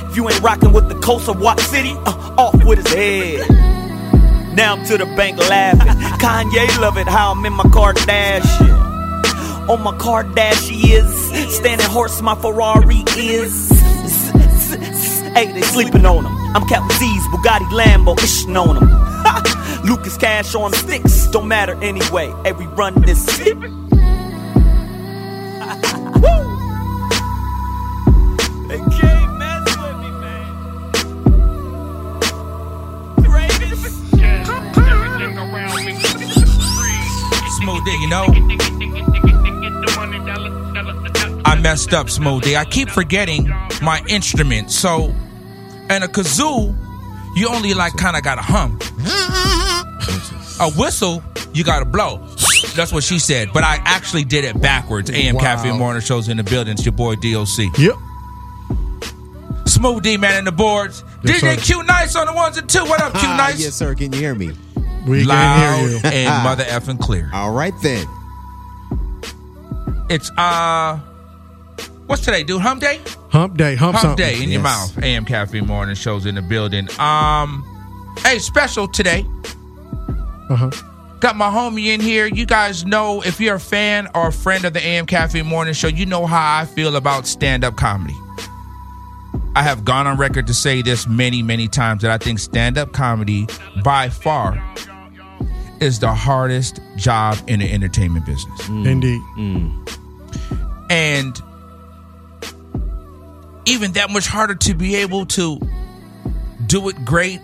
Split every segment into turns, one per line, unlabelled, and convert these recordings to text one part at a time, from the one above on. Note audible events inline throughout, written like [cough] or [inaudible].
If you ain't rocking with the coast of Watt City, uh, off with his head. Now I'm to the bank laughing. Kanye love it how I'm in my Kardashian. On my Kardashian, standing horse, my Ferrari is. Hey, they sleeping on him. I'm Captain Z's Bugatti Lambo, ishing on him. Lucas Cash on sticks, don't matter anyway. Hey, we run this shit. [laughs] Woo! They can't mess with me, man. Greatest.
Smoothie, you know? I messed up, Smoothie. I keep forgetting my instrument. So, and a kazoo, you only like kind of got to
[laughs]
hum. A whistle, you got to blow. That's what she said. But I actually did it backwards. AM
Wow.
Caffeine Morning Show's in the building. It's your boy DOC.
Yep.
Smooth D man in the boards.
Yes,
DJ
sir.
Q Nice on the ones and two. What up, Q
Ah,
Nice?
yes, sir. Can you hear me?
We can hear
Loud
you. [laughs]
and mother effing clear.
All right then.
It's uh, what's today, dude? Hump day.
Hump day. Hump,
Hump
something.
day in
Yes.
your mouth. AM caffeine morning shows in the building. Um, hey, special today.
Uh-huh.
Got my homie in here. You guys know if you're a fan or a friend of the AM Caffeine Morning Show, you know how I feel about stand up comedy. I have gone on record to say this many, many times that I think stand up comedy by far is the hardest job in the entertainment business.
Indeed.
Mm. And even that much harder to be able to do it great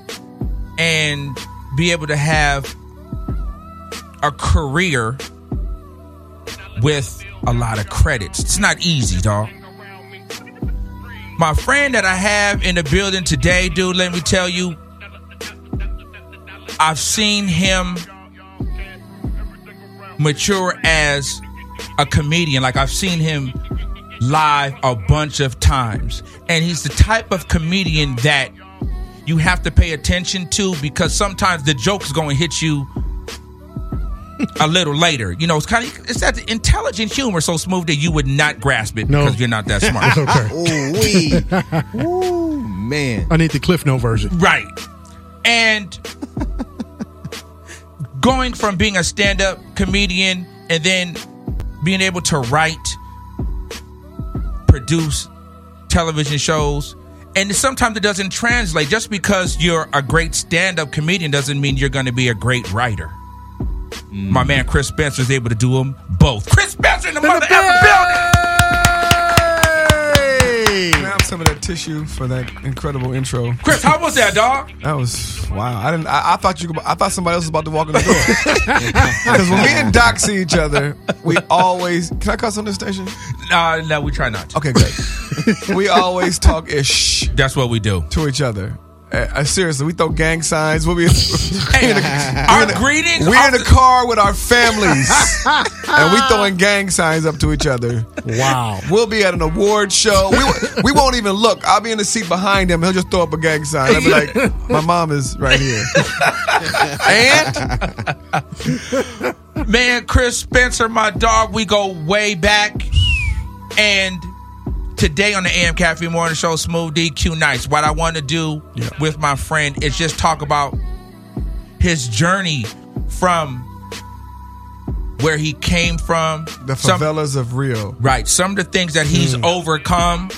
and be able to have a career with a lot of credits. It's not easy, dog. My friend that I have in the building today, dude, let me tell you, I've seen him mature as a comedian. Like I've seen him live a bunch of times. And he's the type of comedian that you have to pay attention to because sometimes the joke is going to hit you a little later. You know, it's kind of it's that intelligent humor so smooth that you would not grasp it
No.
because you're not that
[laughs] It's
smart.
okay.
Oh wee. Ooh
[laughs]
man.
I need the Cliff Note version.
right. And going from being a stand-up comedian and then being able to write produce television shows. And sometimes it doesn't translate. Just because you're a great stand up comedian doesn't mean you're going to be a great writer. My man Chris Spencer is able to do them both. Chris Spencer in the mother effing building.
Hey.
Grab some of that tissue for that incredible intro.
Chris, how was that, dog?
That was wow. I didn't. I, I thought you. could- I thought somebody else was about to walk in the door. Because when me and Doc see each other, we always. Can I cuss on this station?
Uh, no, we try not to.
Okay, great. we always talk ish
That's what
[laughs]
we do.
to each other. Uh, uh, seriously, we throw gang signs. We'll be. we're in the-
Our greetings.
we're in
off
the car with our families, and we throwing gang signs up to each other.
Wow.
We'll be at an award show. We, won't- we won't even look. I'll be in the seat behind him. He'll just throw up a gang sign. I'll be like, my mom is right
[laughs]
here. and
Man, Chris Spencer, my dog, we go way back. And today on the AM Cafe Morning Show, Smooth DQ Nights, what I want to do with my friend is just talk about his journey from where he came from,
the
some-
favelas of Rio.
right, some of the things that he's
Hmm.
overcome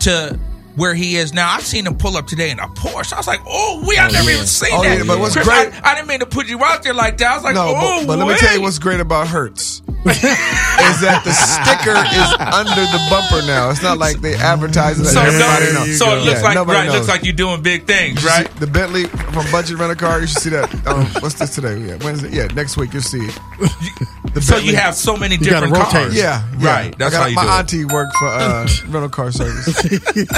to where he is now. I've seen him pull up today in a Porsche. I was like, oh, we, I've never even seen
Oh,
that.
yeah, but what's
Chris,
great-
I, I didn't mean to put you out there like that. I was like,
No,
oh,
but, but let me tell you
wait."
what's great about Hertz is that the sticker is under the bumper now. It's not like they advertise it. that
So,
everybody
no-
knows.
so it looks
Yeah,
like
nobody
right, it
knows.
looks like you're doing big things,
You should
right?
see The Bentley from Budget Rent a Car. You should see that. Um, what's this today? Yeah, Wednesday. Yeah, next week you'll see it. The
So
Bentley.
you have so many
gotta
different
rotate.
cars.
Yeah, yeah.
right. That's
I got,
how you
my
do
auntie worked for uh, rental car service.
it.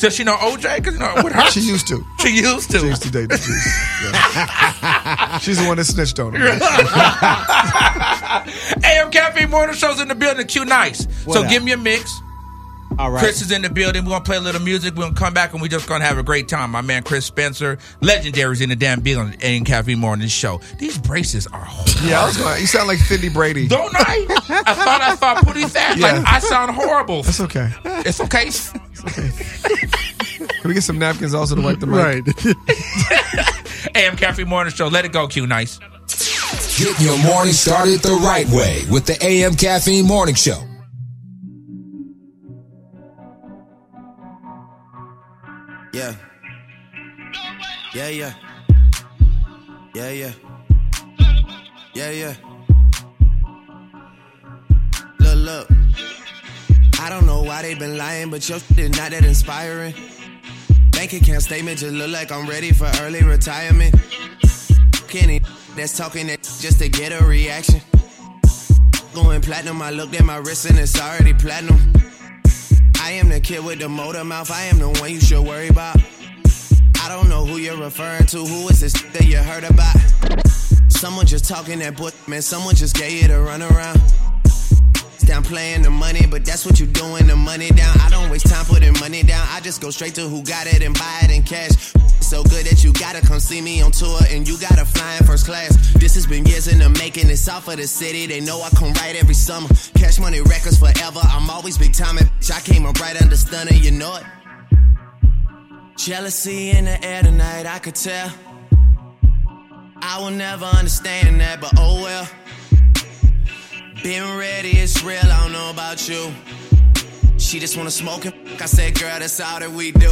Does she know OJ? Because you know with her, [laughs]
She used to.
she used to.
She [laughs]
[laughs]
used to date the juice. Yeah. She's the one that snitched on her.
AM Cafe Morning Show's in the building. Q nice. So
up?
give me a mix.
All right.
Chris is in the building. We're gonna play a little music. We're gonna come back and we're just gonna have a great time. My man Chris Spencer, legendaries in the damn building. AM Cafe Morning Show. These braces are. Horrible.
Yeah, I was going. You sound like Finley Brady.
Don't I? I thought I thought pretty fast.
Yeah.
Like I sound horrible.
That's okay.
It's okay.
Can we get some napkins also to wipe the mic?
Right. [laughs]
AM Cafe Morning Show. Let it go, Q nice.
Get your morning started the right way with the AM Caffeine Morning Show.
Yeah. Yeah, yeah. Yeah, yeah. Yeah, yeah. Look, look. I don't know why they been lying, but your shit is not that inspiring. Bank account statement just look like I'm ready for early retirement. Kenny that's talking that just to get a reaction. Going platinum, I looked at my wrist and it's already platinum. I am the kid with the motor mouth. I am the one you should worry about. I don't know who you're referring to. Who is this that you heard about? Someone just talking that book, man. Someone just gave you a runaround. Down playing the money, but that's what you doing. The money down. I don't waste time putting money down. I just go straight to who got it and buy it in cash. So good that you gotta come see me on tour and you gotta fly in first class. This has been years in the making. It's off of the city. They know I come right every summer. Cash money records forever. I'm always big time. bitch. I came up right under stunner. You know it. Jealousy in the air tonight. I could tell. I will never understand that, but oh well. Been ready, it's real, I don't know about you. She just wanna smoke and f- I said, girl, that's all that we do.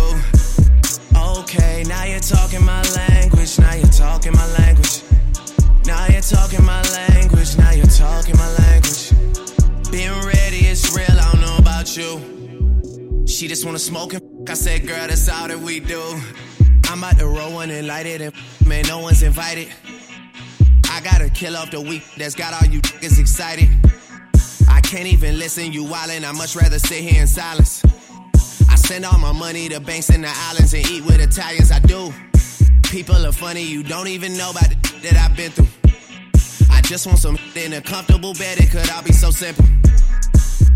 Okay, now you're talking my language, now you're talking my language. Now you're talking my language, now you're talking my language. Been ready, it's real, I don't know about you. She just wanna smoke and f- I said, girl, that's all that we do. I'm about to roll one and light it, and f- man, no one's invited. I gotta kill off the week that's got all you niggas excited. I can't even listen, you wildin', I much rather sit here in silence. I send all my money to banks in the islands and eat with Italians, I do. People are funny, you don't even know about the that I've been through. I just want some [laughs] in a comfortable bed, it could all be so simple.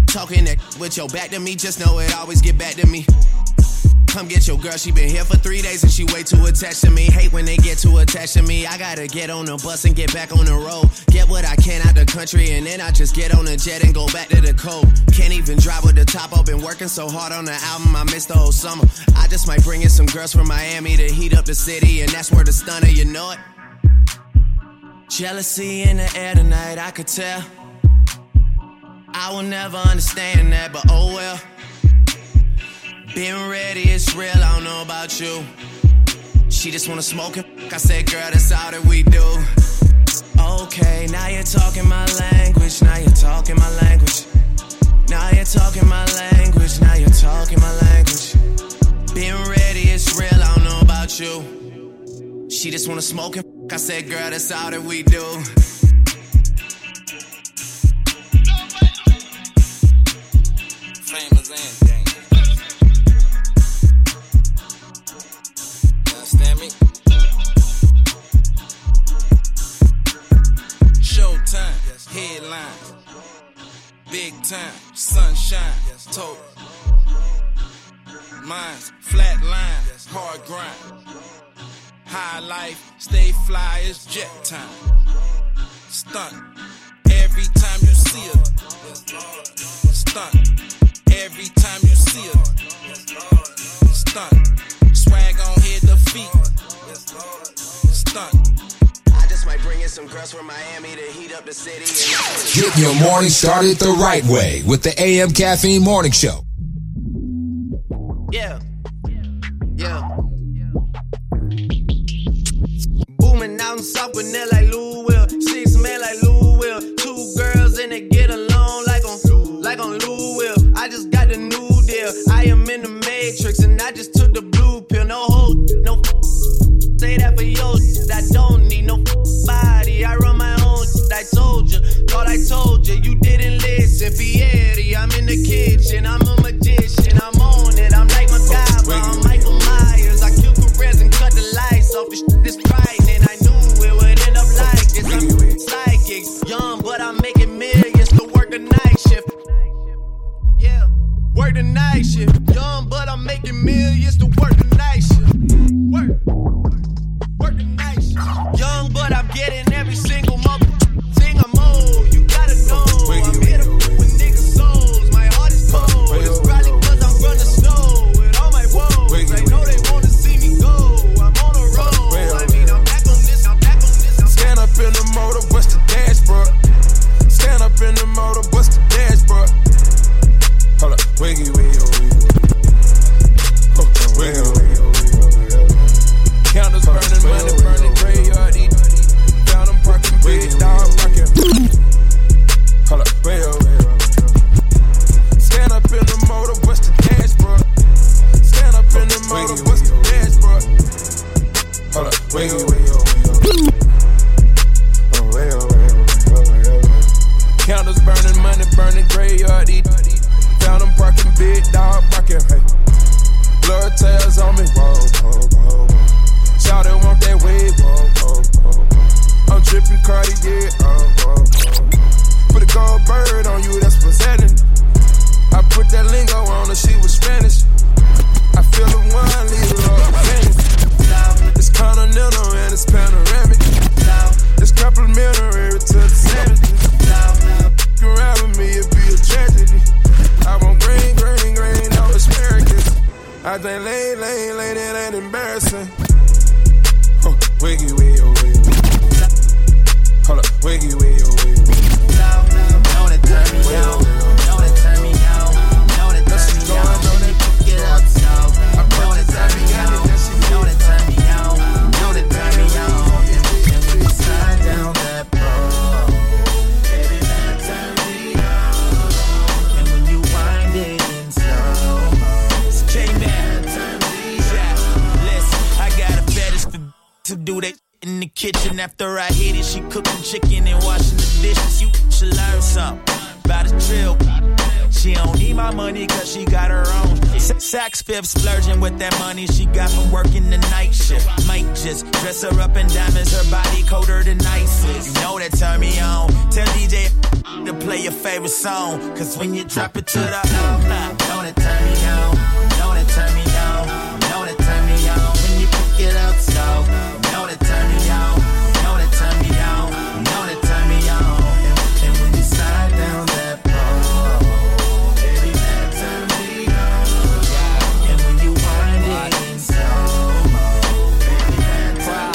Talking that [laughs] with your back to me, just know it always get back to me. Come get your girl, she been here for three days and she way too attached to me. Hate when they get too attached to me. I gotta get on the bus and get back on the road. Get what I can out the country and then I just get on a jet and go back to the cold. Can't even drive with the top up. Been working so hard on the album, I missed the whole summer. I just might bring in some girls from Miami to heat up the city and that's where the stunner, you know it. Jealousy in the air tonight, I could tell. I will never understand that, but oh well. Been ready, it's real, I don't know about you. She just wanna smoke and f- I said, girl, that's all that we do. Okay, now you're talking my language, now you're talking my language. Now you're talking my language, She just wanna smoke and f- I said, girl, that's all that we do.
Famous and dangerous. You understand me? Showtime, headlines, big time, sunshine, total. Minds, flat lines, hard grind. High life, stay fly, it's jet time. Stunt, every time you see her. Stunt, every time you see her. Stunt, swag on head to feet. Stunt.
I just might bring in some girls from Miami to heat up the city. And
Get your morning started the right way with the AM Caffeine Morning Show.
Yeah. Yeah. Booming out in South Vanilla like Lou Will. Six men like Lou Will. Two girls and they get along like on, like on Lou Will. I just got the new deal. I am in the matrix and I just took the blue pill. No hoe, no f- say that for your shit. I don't need no f- body. I run my own shit. I told you, thought I told you. You didn't listen. Fieri, I'm in the kitchen. I'm a magician. I'm on it. I'm like MacGyver. I'm Michael Myers. I kill careers and cut the lights off. This shit is frightening. I knew it would end up like this. I'm psychic, young, but I'm making millions to work the night shift. Yeah, work the night shift. Young, but I'm making millions to work the night shift. Work, work the night shift. Young, but I'm getting every single month. Thing I'm old, you gotta know. I'm here to fuck with niggas' souls. My heart is cold. It's probably cause I'm running snow. With all my woes, I know they wanna see me go. I'm on a roll. I mean, I'm back on this, I'm back on this.
Stand up in the motor, bust the dashboard. Stand up in the motor, bust the dashboard. Hold up, wiggy, wiggy, oh, wiggy, oh, wiggy, oh, wiggy, oh, wiggy, oh, wiggy. Counters burning, money burning, graveyard eating. Found them parking, big dog parking. Hold up, wiggy, oh, wiggy, oh, wiggy. Stand up in the motor, bust the dashboard. Stand up in the motor, bust the dashboard. Hold up, wiggy, wiggy, oh, wiggy, oh. Counters burning, money burning, graveyard eat. Found them parking, big dog barking, hey. Blood tails on me, whoa, whoa, whoa, whoa. Shout it, want that wave, whoa, whoa, whoa, whoa. I'm tripping Cardi, yeah, oh, whoa, whoa. Put a gold bird on you, that's presenting. I put that lingo on her, she was Spanish. I feel the wine, leave her all vanished. It's continental and it's panoramic. It's complimentary to the sandwiches. Fuck around with me, it'd be a tragedy. I want green, green, green, no asparagus. I think lane, lane, lane, it ain't embarrassing. Huh, wiggy, wiggy, oh, wiggy, wiggy. Hold up, wiggy, wiggy, oh, wiggy, wiggy.
Don't it turn me out. Don't it turn me out. Don't it turn me out. Don't it fuck it up, so. Don't it turn me out. Don't it turn me out. Don't it turn me out. It's because we slide down that pole. Baby, that turn me out. And when you wind it in slow mo, it's
Came back. Yeah, Listen, I got a fetish for to do that in the kitchen. After I hit it, she cooking chicken and washing the dishes. You should learn something about a trill. She don't need my money cause she got her own. S- Sax fifth splurging with that money she got from working the night shift. Might just dress her up in diamonds, her body colder than ISIS. You know that turn me on. Tell DJ to play your favorite song. Cause when you drop it to the
Don't it turn me on. Don't it turn me on. Don't it turn me on. When you pick it up slow. Don't it turn me on. Don't it turn me on. Don't it turn me on. And, and when you slide down that pole, baby, that turn me on. Yeah. And when you wind it in slow mo, baby, that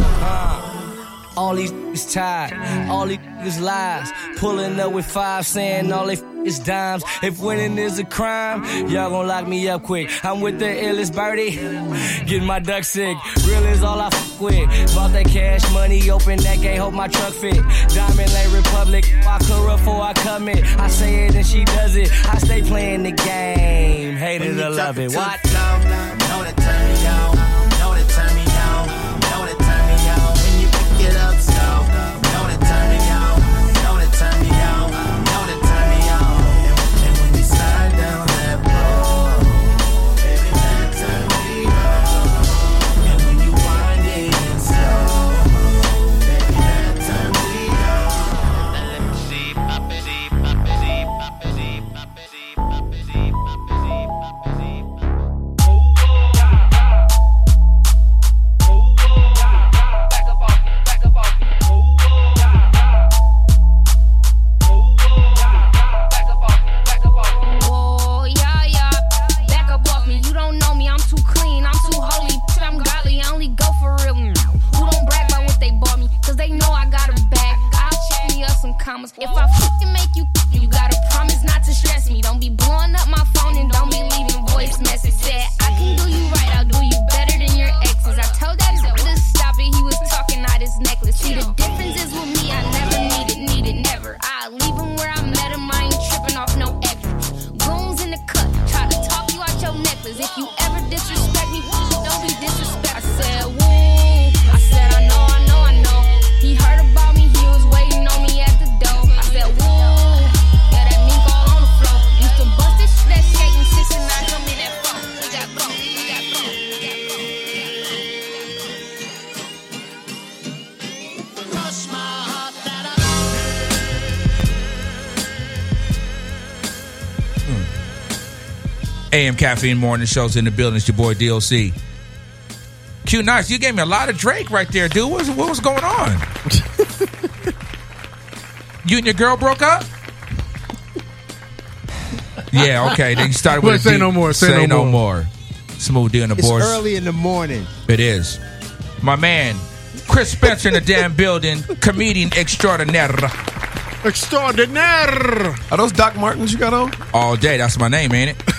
turn me on.
All these is tied, all these is lies. Pulling up with five, saying all they f- is dimes. If winning is a crime, y'all gon' lock me up quick. I'm with the illest birdie, getting my duck sick. Real is all I f- with. Bought that cash money, open that gate, hope my truck fit. Diamond Lake Republic, I clear up before I come in. I say it and she does it. I stay playing the game, hate it or love it. What?
Don't it turn me on. Don't it turn me on. Don't
commas. If I fucking make you, you gotta promise not to stress me. Don't be blowing up my phone and don't be leaving voice message. Said I can do you right, I'll do you better than your exes. I told that to stop it, he was talking out his necklace. See the difference is with me, I never needed, needed never. I leave him where I met him, I ain't tripping off no extras. Goons in the cut, try to talk you out your necklace. If you ever disrespect me, don't be disrespect. I said, woo. I said, I know, I know, I know. He heard about me, he was waiting on me at the door. I said, woo. Yeah, that mink all on the floor. Used to bust this shit at skate and six and nine, come in that phone. We got phone, we got phone, we got phone. Crush my heart that I
AM Caffeine Morning Show's in the building. It's your boy DLC. Q Nice, you gave me a lot of Drake right there, dude. What's, what was going on? you and your girl broke up? Yeah, okay. Then you started with
Look,
a
say
deep-
no more, say no more.
Smooth D on the
It's
boards.
early in the morning.
It is. My man, Chris Spencer in the damn building, comedian extraordinaire.
Extraordinaire.
Are those Doc Martens you got on?
All day, that's my name, ain't
[laughs]
it?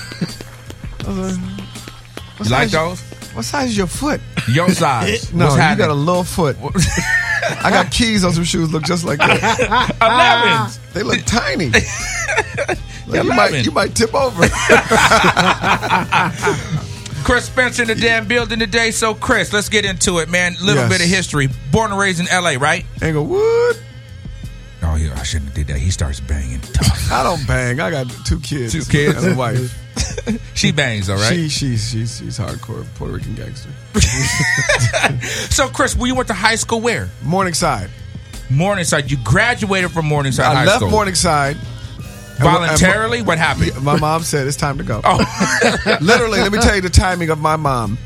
You like those?
What size is your foot? [laughs]
Your size.
no,
What's
you
happening?
got a little foot. I got keys on some shoes look just like
[laughs]
that.
Elevens.
They look tiny. Like, you, might, you might tip over.
Chris Spencer in the damn building today. So, Chris, let's get into it, man. Little
Yes.
bit of history. Born and raised in L.A., right?
Englewood.
Oh, yeah, I shouldn't have did that. He starts banging. tough.
I don't bang. I got two kids.
[laughs] Two kids.
and a wife.
she bangs, all right?
She, she's she's she's hardcore Puerto Rican gangster.
so, Chris, well, you went to high school where?
Morningside.
Morningside. You graduated from Morningside
I
High
left
School.
Morningside And wh- and wh-
Voluntarily? what happened? Oh.
Yeah, my mom said it's time to go. Literally, let me tell you the timing of my mom.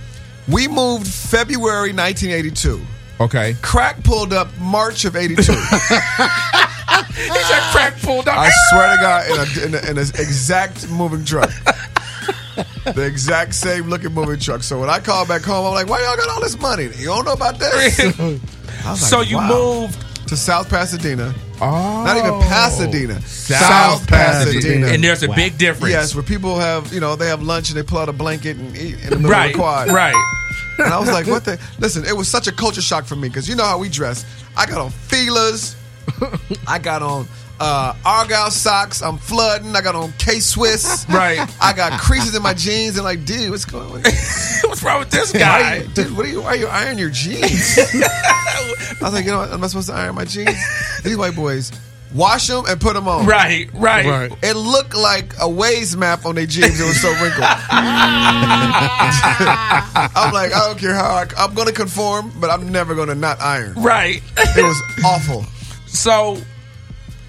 We moved February 1982.
[laughs]
[laughs]
Okay.
Crack pulled up March of 82.
He's a crack pulled up.
I swear to God, in an in a, in a exact moving truck. The exact same looking moving truck. So when I called back home, I'm like, why y'all got all this money? You don't know about this? I was
So
like,
you
wow.
moved.
to South Pasadena.
Oh.
Not even Pasadena. South,
Pasadena. And there's a big difference.
Yes, where people have, you know, they have lunch and they pull out a blanket and eat in the middle of
Right.
the quad. [laughs]
Right.
And I was like, what the? Listen, it was such a culture shock for me because you know how we dress. I got on feelers. I got on uh, Argyle socks. I'm flooding. I got on K Swiss.
Right.
I got creases in my jeans. And like, dude, what's going on?
[laughs] What's wrong with this
Why,
guy?
you- dude, what are you? Why are you ironing your
[laughs]
jeans? I was like, you know, what? am I supposed to iron my jeans? These white boys wash them and put them on.
Right, right.
Right.
It looked like a ways map on their jeans. It was so wrinkled. I'm like, I don't care how I, I'm going to conform, but I'm never going to not iron.
Right.
It was awful.
So,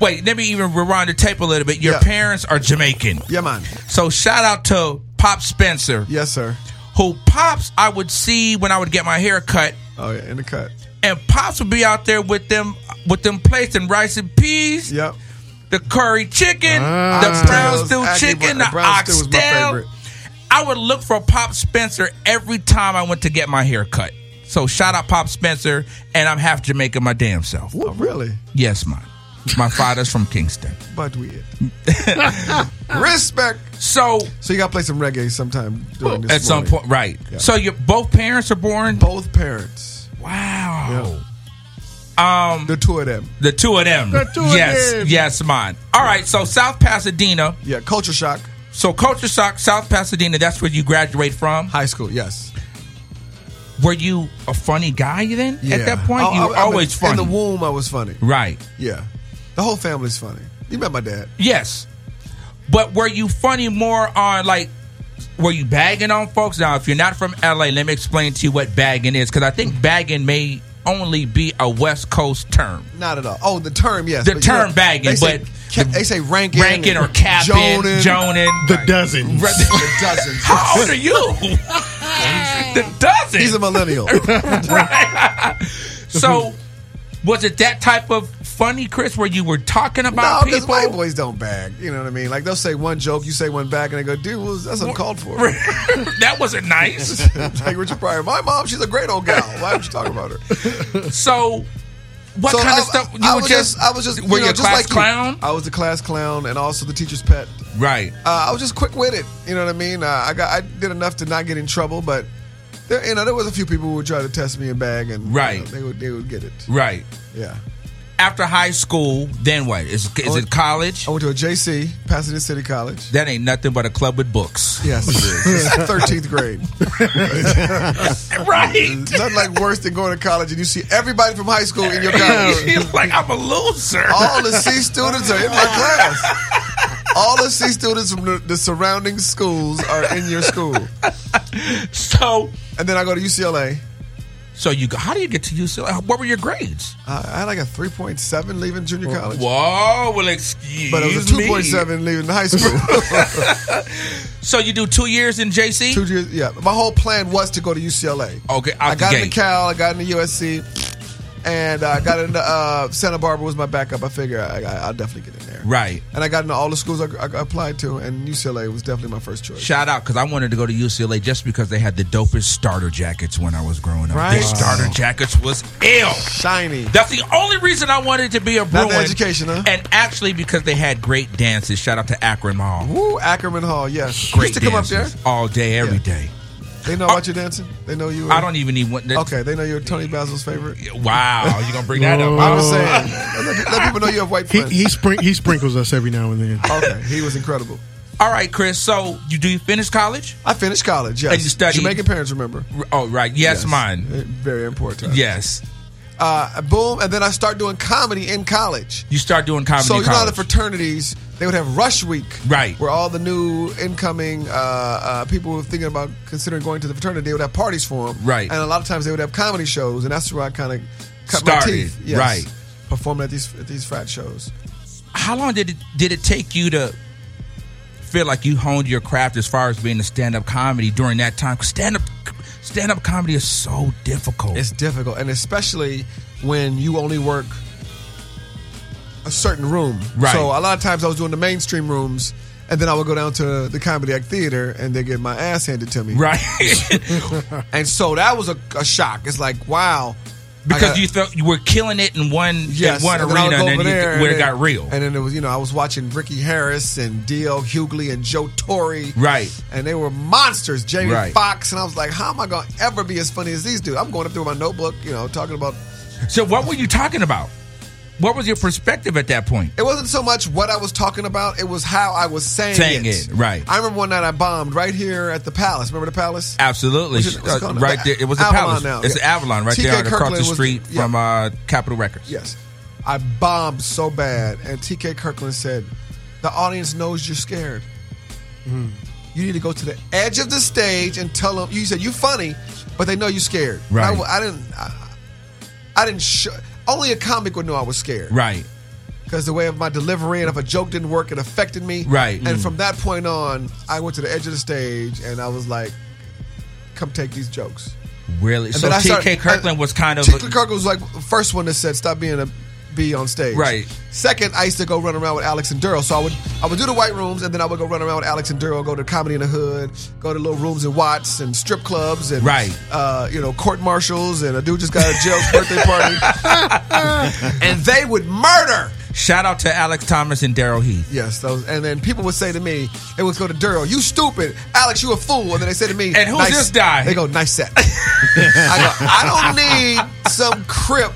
wait, let me even rewind the tape a little bit. Your
Yeah.
parents are Jamaican.
Yeah, man.
So, shout out to Pop Spencer,
Yes, sir.
who Pops I would see when I would get my hair cut,
Oh, yeah, in the cut.
and Pops would be out there with them with them plates and rice and peas.
Yep.
the curry chicken,
Ah.
the brown stew
Oxtails,
chicken,
Aggie-
the
brown stew was my
oxtail.
favorite.
I would look for Pop Spencer every time I went to get my hair cut. So shout out Pop Spencer, and I'm half Jamaican my damn self.
Oh, really?
Yes, mine. My father's from Kingston.
But weird. [laughs] Respect.
So
So you got to play some reggae sometime during this
at some
morning.
point, right? So your both parents are born.
Both parents.
Wow. Um,
The two of them.
the two of them.
The two of
yes,
them.
yes, mine. All right. So South Pasadena.
Yeah, culture shock.
So Culture Shock, South Pasadena. That's where you graduate from.
High school, yes.
were you a funny guy then? At that point, you
I- I-
were
I mean,
always funny.
In the womb, I was funny.
right.
Yeah, the whole family's funny. You met my dad.
Yes. But were you funny more on like were you bagging on folks? Now, if you're not from LA, let me explain to you what bagging is cuz I think bagging may only be a West Coast term.
Not at all. Oh, the term, yes.
The
but
term
know,
bagging,
they say,
but
ca-
the-
they say ranking,
Ranking or
and
capping,
joning.
joning.
The dozens.
Right.
The dozens.
[laughs] How old are you? the dozen.
He's a
[laughs]
millennial.
so was it that type of funny, Chris, where you were talking
no,
about
because
people?
white boys don't bag. You know what I mean? Like they'll say one joke, you say one back, and they go, "Dude, well, that's uncalled for."
[laughs] that
[laughs]
wasn't nice.
like Richard Pryor, my mom, she's a great old gal. Why would you talk about her?
So, What kind of stuff? You
I
were
was
just,
I was just,
were
you know,
you a
just
class
like you.
clown?
I was the class clown and also the teacher's pet.
Right.
Uh, I was just quick witted. You know what I mean? Uh, I got, I did enough to not get in trouble, but there, you know, there was a few people who would try to test me in bag, and you
Right.
know, they would, they would get it.
Right.
Yeah. Oh,
After high school, then what? Is, is it college?
I went to a JC, Pasadena City College.
That ain't nothing but a club with books.
[laughs] Yes, it is. thirteenth grade.
[laughs] right.
Nothing like worse than going to college and you see everybody from high school in your
[laughs]
college.
He's like, I'm a loser.
All the C students are in my class. All the C students from the, the surrounding schools are in
[laughs]
your school.
[laughs] So,
and then I go to UCLA.
So you, go- how do you get to UCLA? What were your grades?
Uh, I had like a 3.7 leaving junior college.
Whoa, well, excuse
But it was a
me.
2.7 leaving high school.
So you do two years in JC?
Two years, yeah. My whole plan was to go to UCLA.
Okay, out
I
the
got
gate.
into Cal, I got into USC, and I got into uh, Santa Barbara was my backup. I figure I, I, I'll definitely get in there.
Right.
And I got into all the schools I, I applied to, and UCLA was definitely my first choice.
Shout out because I wanted to go to UCLA just because they had the dopest starter jackets when I was growing up.
Right?
Their starter jackets was ill.
Shiny.
That's the only reason I wanted to be a Bruin.
the education, huh?
And actually because they had great dances. Shout out to Akron Mall.
Woo, Ackerman Hall, yes.
Great
Used to come up there.
dances all day, every day.
They know about you dancing. They know you. Were,
I don't even need one. that-
Okay, they know you're Tony Basil's favorite.
Wow, you gonna bring that up?
I [laughs] was saying, let, let people know you have white
He
friends.
he, sprin- he sprinkles us every now and then.
okay, he was incredible.
All right, Chris. So you do you finish college?
I finished college. Yes,
And you studied-
Jamaican parents remember.
Oh, right. Yes, mine.
Eh, Very important.
Yes.
Uh, boom, and then I start doing comedy in college.
You start doing comedy.
so you
in
know how the
college.
fraternities they would have rush week,
Right.
Where all the new incoming uh, uh, people who were thinking about considering going to the fraternity, they would have parties for them,
Right.
And a lot of times they would have comedy shows, and that's where I kind of cut
Started,
my teeth,
right.
Performing at these at these frat shows.
how long did it did it take you to feel like you honed your craft as far as being a stand up comedy during that time? Stand up stand up comedy is so difficult.
It's difficult, and especially when you only work a certain room.
Right.
So a lot of times I was doing the mainstream rooms, and then I would go down to the comedy act theater, and they get my ass handed to me.
right
[laughs] And so that was a, a shock. It's like wow, I
because
got-
you felt you were killing it in one
Yes,
in one
and then I would
arena,
go
and then
over
you
there,
when it
and then-
got real.
And then it was, you know, I was watching Ricky Harris and D.L. Hughley and Joe Torre.
Right.
And they were monsters, Jamie
Right.
Foxx. And I was like, how am I going to ever be as funny as these dudes? I'm going up through my notebook, you know, talking about.
so what were you talking about? What was your perspective at that point?
It wasn't so much what I was talking about, it was how I was saying,
Saying it, right.
I remember one night I bombed right here at the Palace. Remember the Palace?
Absolutely,
What's it- what's it
Uh,
called now?
right there. It was the
Avalon
palace.
now,
It's
yeah.
the Avalon right
T.K.
there across
Kirkland
the
was the-
street
yeah.
from uh, Capitol Records.
Yes. I bombed so bad. And TK Kirkland said, The audience knows you're scared. You need to go to the edge of the stage and tell them. You said you're funny, but they know you're scared. And I
Right.
w- I, didn't. I, I didn't. Sh- only a comic would know I was scared
Right.
because the way of my delivery and if a joke didn't work, it affected me.
Right.
And
Mm.
from that point on, I went to the edge of the stage and I was like, "Come take these jokes."
Really.
And
so
then I
T.K.
started-
Kirkland was kind of
T.K. Kirkland was like the first one that said, "Stop being a B on stage."
Right.
Second, I used to go run around with Alex and Daryl. So I would I would do the white rooms, and then I would go run around with Alex and Daryl, go to comedy in the hood, go to little rooms in Watts and strip clubs and
Right.
uh, you know court martials, and a dude just got a jail birthday party, and they would murder.
shout out to Alex Thomas and Daryl Heath.
Yes, those, and then people would say to me, they would go to Daryl, you stupid, Alex, you a fool. And then they say to me,
And who's
nice-
this guy?
They go, nice set. I
[laughs]
go, I don't need some crip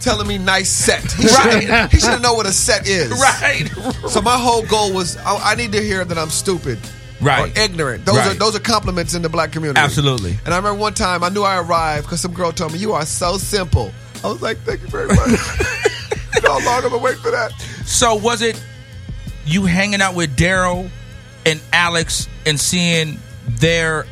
telling me nice set. He
Right.
should, he should know what a set is. [laughs]
Right.
So my whole goal was, I, I need to hear that I'm stupid.
Right.
Or ignorant. Those
Right.
are those are compliments in the black community.
Absolutely.
And I remember one time I knew I arrived because some girl told me, You are so simple. I was like, Thank you very much. [laughs] you know how long I've been waiting for that?
So was it you hanging out with Daryl and Alex and seeing their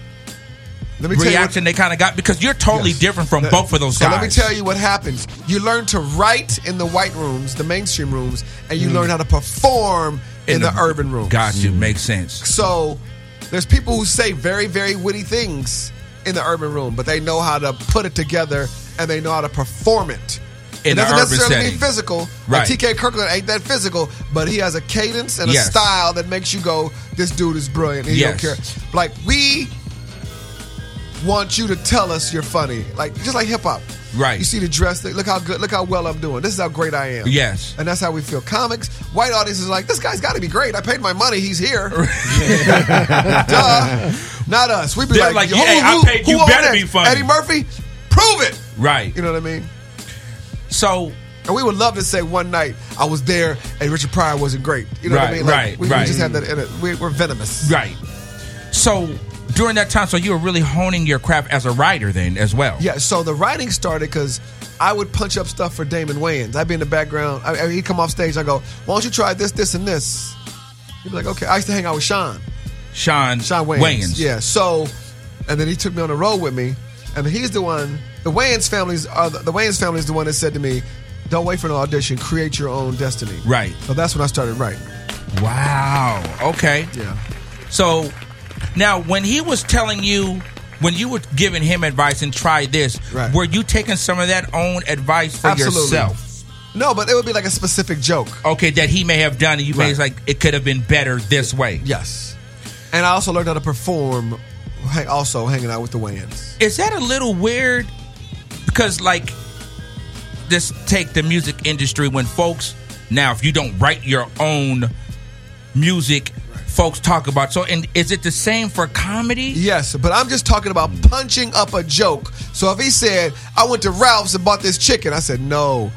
Let me tell you what-
reaction they kind of got because you're totally
Yes.
different from
That-
both of those
so
guys.
Let me tell you what happens. You learn to write in the white rooms, the mainstream rooms, and you learn how to perform in, the, urban rooms.
Got you. Makes sense.
So there's people who say very, very witty things in the urban room, but they know how to put it together and they know how to perform it.
In
it
the
doesn't
urban
necessarily
setting.
mean physical.
Right.
Like TK Kirkland ain't that physical, but he has a cadence and a
Yes.
style that makes you go, "This dude is brilliant." and He
Yes.
don't care. Like we want you to tell us you're funny, like just like hip hop.
Right.
You see the dress. They, look how good. Look how well I'm doing. This is how great I am.
Yes.
And that's how we feel. Comics. White audience is like, this guy's got to be great. I paid my money. He's here. Duh. Not us. We'd be
They're
like,
like, "Hey, I paid you
owned
better
that?
be funny."
Eddie Murphy, prove it.
Right.
You know what I mean?
So.
And we would love to say one night I was there and Richard Pryor wasn't great. You know what I
Right,
mean? Like,
right,
we,
right.
We just have that. In it. We, we're venomous.
Right. So during that time, so you were really honing your craft as a writer then as well.
Yeah, so the writing started because I would punch up stuff for Damon Wayans. I'd be in the background. I, I- he'd come off stage. I go, "Why don't you try this, this, and this?" He'd be like, "Okay." I used to hang out with Sean.
Sean,
Sean Wayans.
Wayans.
Yeah. So, and then he took me on the road with me, and he's the one. The Wayans families are the, the Wayans family is the one that said to me, "Don't wait for an audition. Create your own destiny."
Right.
So that's when I started writing.
Wow. Okay.
Yeah.
So now when he was telling you when you were giving him advice and try this,
Right.
were you taking some of that own advice for
Absolutely.
yourself?
No, but it would be like a specific joke.
Okay, that he may have done and you may
Right.
like it could have been better this way.
Yes. And I also learned how to perform, ha- also hanging out with the Wayans.
Is that a little weird? Because like just take the music industry when folks now if you don't write your own music folks talk about so and is it the same for comedy?
Yes, but I'm just talking about punching up a joke. So if he said, I went to Ralph's and bought this chicken, I said, no,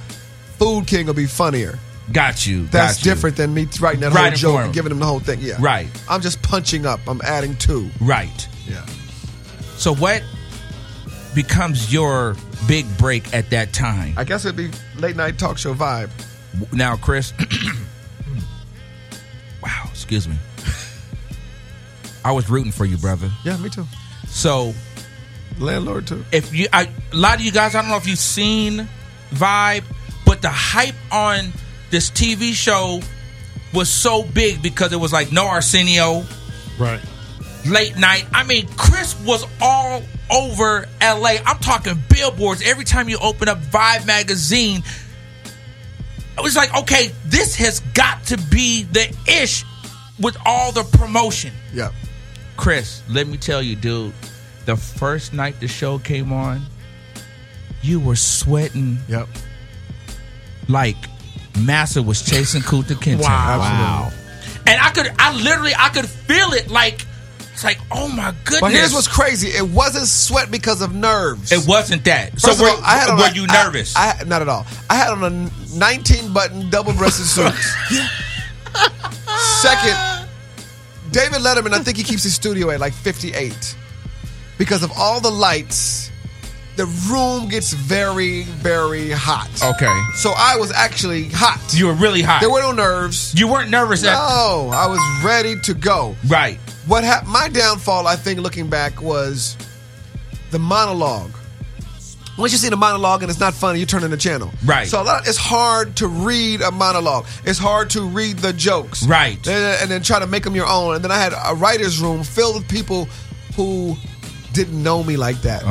Food King will be funnier.
Got you.
That's
got you.
different than me writing that whole
Writing for
joke
him.
and giving him the whole thing. Yeah.
Right.
I'm just punching up. I'm adding two.
Right.
Yeah.
So what becomes your big break at that time?
I guess it'd be late night talk show vibe.
Now, Chris. [clears throat] wow, excuse me. [laughs] I was rooting for you, brother.
Yeah, me too.
So
Landlord too.
if you I, a lot of you guys i don't know if you've seen vibe but the hype on this tv show was so big because it was like no arsenio
Right.
late night i mean chris was all over la i'm talking billboards every time you open up vibe magazine i was like okay this has got to be the ish with all the promotion
Yeah.
Chris, let me tell you, dude, the first night the show came on, you were sweating.
Yep.
Like Massa was chasing Kunta Kinte.
Wow. Wow.
And I could I literally I could feel it like it's like, oh my goodness.
But here's what's crazy. It wasn't sweat because of nerves.
it wasn't that.
First
so
of
were,
all, I had on
were
like-
you
I-
nervous?
I, not at all. I had on a 19 button double breasted suit. Second, David Letterman, I think he keeps his studio at like 58 because of all the lights. The room gets very, very hot.
okay.
So I was actually hot.
You were really hot.
There were no nerves.
you weren't nervous at
No, I was ready to go.
Right.
What hap- my downfall, I think, looking back, was the monologue. Once you see the monologue and it's not funny, you turn in the channel.
Right.
So a lot, it's hard to read a monologue. It's hard to read the jokes.
Right.
And, and then try to make them your own. And then I had a writer's room filled with people who didn't know me like that.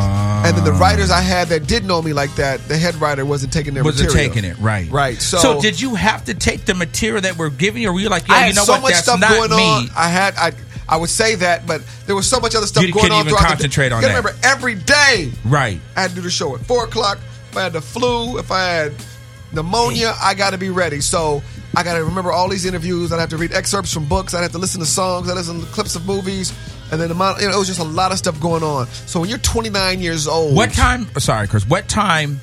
and then the writers I had that did know me like that, the head writer wasn't taking their
Uh, Wasn't
material.
taking it, right.
Right. So,
did you have to take the material that we're giving you or were you like,
I
yeah,
had
you know
so
what,
much
that's
stuff
not
going
me.
on. I had I I would say that, but there was so much other stuff
You
going
couldn't
on
even
throughout
concentrate
the
on
You
that.
Remember, every day
Right.
I had to do the show at four o'clock. If I had the flu, if I had pneumonia, I got to be ready. So I got to remember all these interviews. I'd have to read excerpts from books. I'd have to listen to songs. I'd listen to clips of movies. And then the amount, you know, it was just a lot of stuff going on. So when you're 29 years old,
What time? Sorry, Chris. What time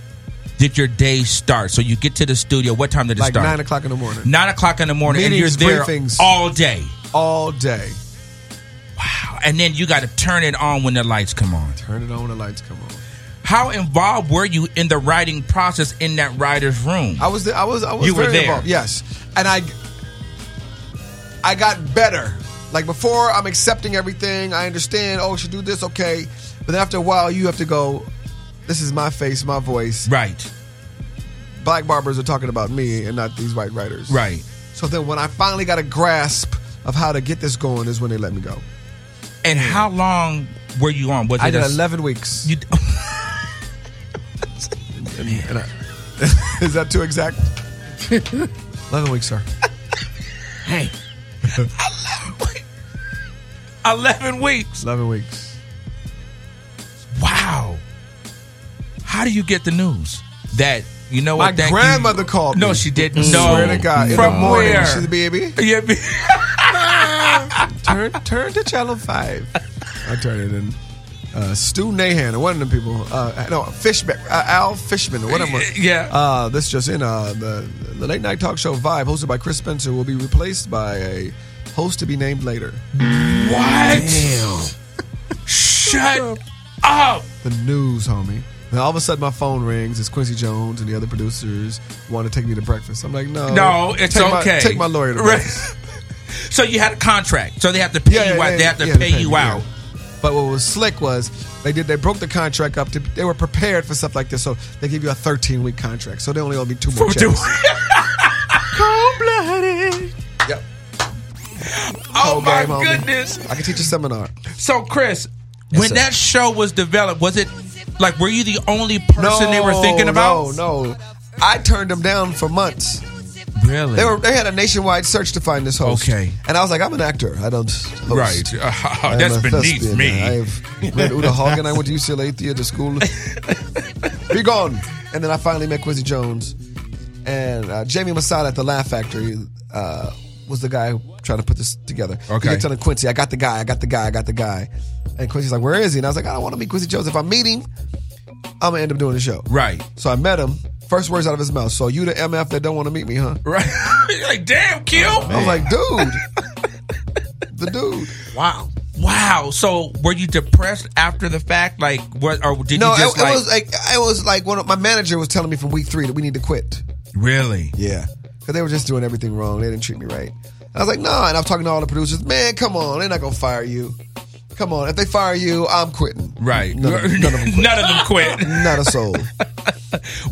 did your day start? So you get to the studio. What time did it
Like
start?
nine o'clock in the morning.
Nine o'clock in the morning,
Meetings,
and you're there
briefings.
all day,
All day.
and then you got to turn it on when the lights come on.
Turn it on. The lights come on.
How involved were you in the writing process in that writer's room?
I was there. I was. I was
You were
very
there.
involved. Yes, and I. I got better. Like before, I'm accepting everything. I understand. Oh, should do this. Okay, but then after a while, you have to go. This is my face, my voice.
Right,
Black barbers are talking about me and not these white writers.
right.
So then, when I finally got a grasp of how to get this going, is when they let me go.
And how long were you on? Was
I
it
did
a-
11 weeks.
You, [laughs]
And I- [laughs] is that too
[laughs]
exact? 11 weeks, sir. [laughs]
hey, eleven weeks.
11 weeks.
Wow. How do you get the news that you know
My
what? thank you-
grandmother called
No,
me.
she didn't.
Mm.
know.
Swear to God, in
from
the morning,
where?
she's a baby.
Yeah, [laughs] be-
turn turn to channel five. [laughs] I turned it in. Uh, Stu Nahan, one of them people. Uh, no, Fishback, uh, Al Fishman, one of them.
Yeah.
Uh, this just in. Uh, the, the late night talk show Vibe, hosted by Chris Spencer, will be replaced by a host to be named later.
What? Shut up.
The news, homie. Then all of a sudden, my phone rings. It's Quincy Jones and the other producers want to take me to breakfast. I'm like, no,
No, it's
take
okay.
My, take my lawyer to
Right.
breakfast.
[laughs] So you had a contract. So they have to pay you out. They have to
yeah,
pay you
me,
out. [laughs]
yeah. But what was slick was they did they broke the contract up. To, they were prepared for stuff like this, so they give you a 13 week contract. So they only owe me two more checks.
[laughs] Cold blooded.
Yep.
Oh
Whole
my
game, homie.
goodness.
I can teach a seminar.
So Chris,
Yes,
when
sir.
that show was developed, was it like were you the only person they were thinking about?
Oh, No, no. I turned them down for months.
Really?
They were they had a nationwide search to find this host.
Okay.
And I was like, I'm an actor. I don't host.
Right. [laughs] Uh, Oh,
I am
That's
a
beneath
thespian.
me.
I've read Uta Hagen. I went to UCLA theater
[laughs]
school. er Be gone. And then I finally met Quincy Jones. And uh, Jamie Masada at the Laugh Factory uh, was the guy who tried to put this together. He
Okay.
kept telling Quincy, I got the guy, I got the guy, I got the guy. And Quincy's like, Where is he? And I was like, I don't want to meet Quincy Jones. If I meet him, I'm gonna end up doing the show.
Right. [laughs]
So I met him. First words out of his mouth. So you the MF that don't want to meet me, huh?
Right. [laughs] You're like, damn, Q.
I was like,
[laughs]
dude. the dude.
Wow. Wow. So were you depressed after the fact? Like what or did
no,
you
it,
just
it
like,
was like it was like one of my manager was telling me from week three that we need to quit.
Really?
Yeah. Because they were just doing everything wrong. They didn't treat me right. And I was like, no. And I'm talking to all the producers, man, come on, they're not gonna fire you. Come on, if they fire you, I'm quitting.
Right.
None of,
[laughs]
none of them quit.
None of them
[laughs]
quit.
Not a soul.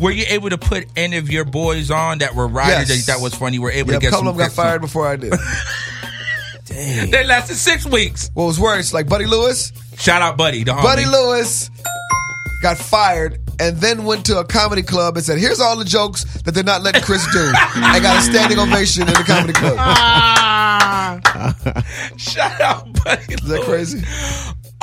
[laughs] Were you able to put any of your boys on that were riders
Yes.
that, that was funny? You were able
Yeah,
to
a
get
couple
some
of them got
get some-
fired before I [laughs] did.
They lasted six weeks.
What was worse, like Buddy Lewis,
Shout out, buddy. The homie.
Buddy Lewis got fired and then went to a comedy club and said, "Here's all the jokes that they're not letting
[laughs]
Chris do." I got a standing ovation in the comedy club.
Shout out, buddy.
Is that crazy?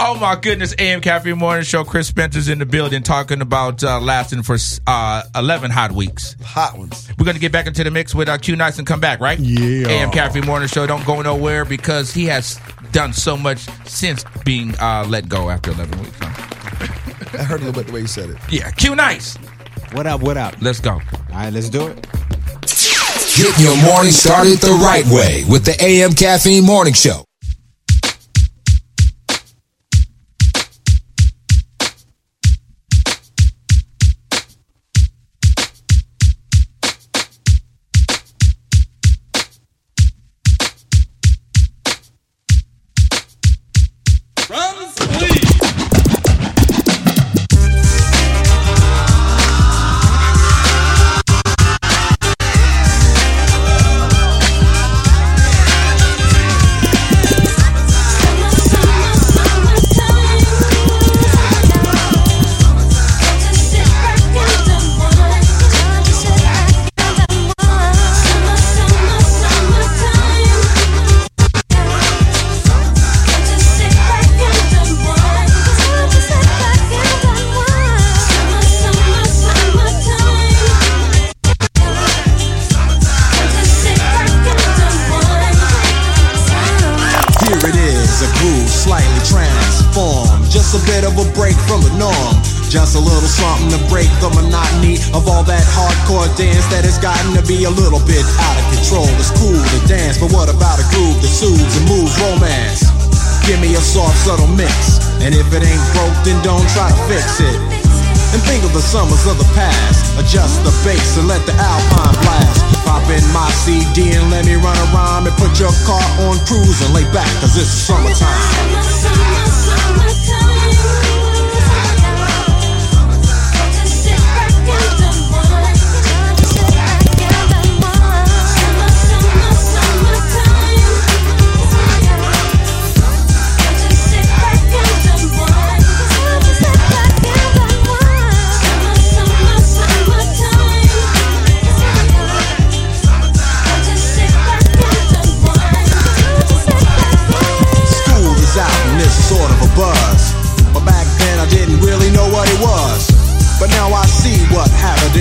Oh my goodness! AM Caffeine Morning Show. Chris Spencer's in the building talking about uh, lasting for uh, eleven hot weeks.
Hot ones.
We're going to get back into the mix with uh, Q Nice and come back, right? Yeah. AM Caffeine Morning Show. Don't go nowhere because he has done so much since being uh, let go after eleven weeks. huh?
I heard a little bit the way you said it.
Yeah, Q Nice.
What up? What up?
Let's go.
All right, let's do it.
Get your morning started the right way with the AM Caffeine Morning Show.
Here it is, a groove slightly transformed. Just a bit of a break from the norm. Just a little something to break the monotony of all that hardcore dance that has gotten to be a little bit out of control. It's cool to dance, but what about a groove that soothes and moves romance? Give me a soft, subtle mix. And if it ain't broke, then don't try to fix it. And think of the summers of the past. Adjust the bass and let the alpine blast. Pop in my CD and let me run a rhyme and put your car on cruise and lay back, cause it's summertime. School is out and it's sort of a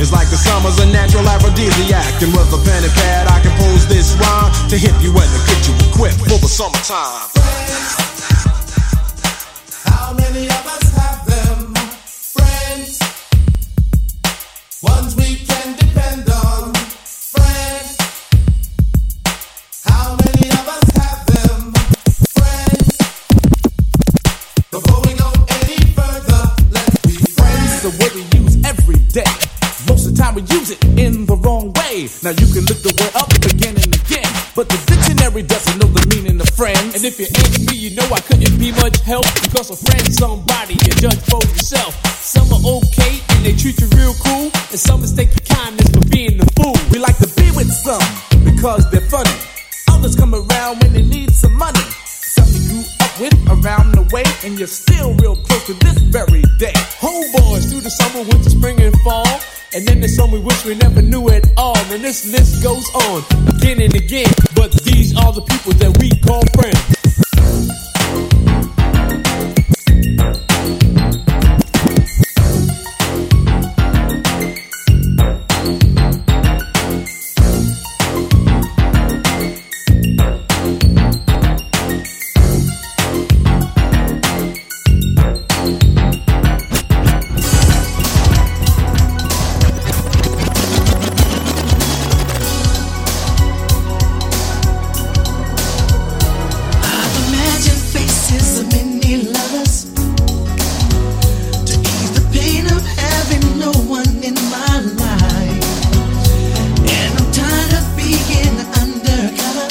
It's like the summer's a natural aphrodisiac. And with a pen and pad, I compose this rhyme to hit you and to get you equipped for the summertime.
How many of us have them? Friends. Ones we can depend on. Friends. How many of us have them? Friends. Before we go any further, let's be friends.
The word we use every day. Most of the time we use it in the wrong way. Now you can look the word up again and again. But the dictionary doesn't know the meaning of friends. And if you ain't me, you know I couldn't be much help. Because a friend's somebody you judge for yourself. Some are okay and they treat you real cool. And some mistake your kindness for being a fool. We like to be with some because they're funny. Others come around when they need some money. Some you grew up with around the way, and you're still real close to this very day. Homeboys through the summer, winter, spring, and fall. And then there's some we wish we never knew at all. And this list goes on again and again. But these are the people that we call friends.
I've imagined faces of many lovers to ease the pain of having no one in my life. And I'm tired of being undercover.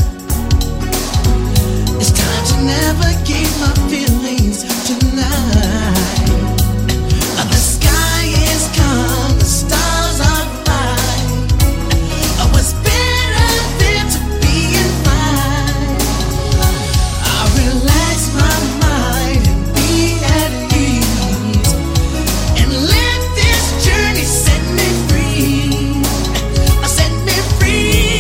It's time to navigate my feelings tonight. The sky is calm, the stars are bright. Oh, it's better than to be in flight. I relax my mind and be at ease, and let this journey set me free. Uh, Set me free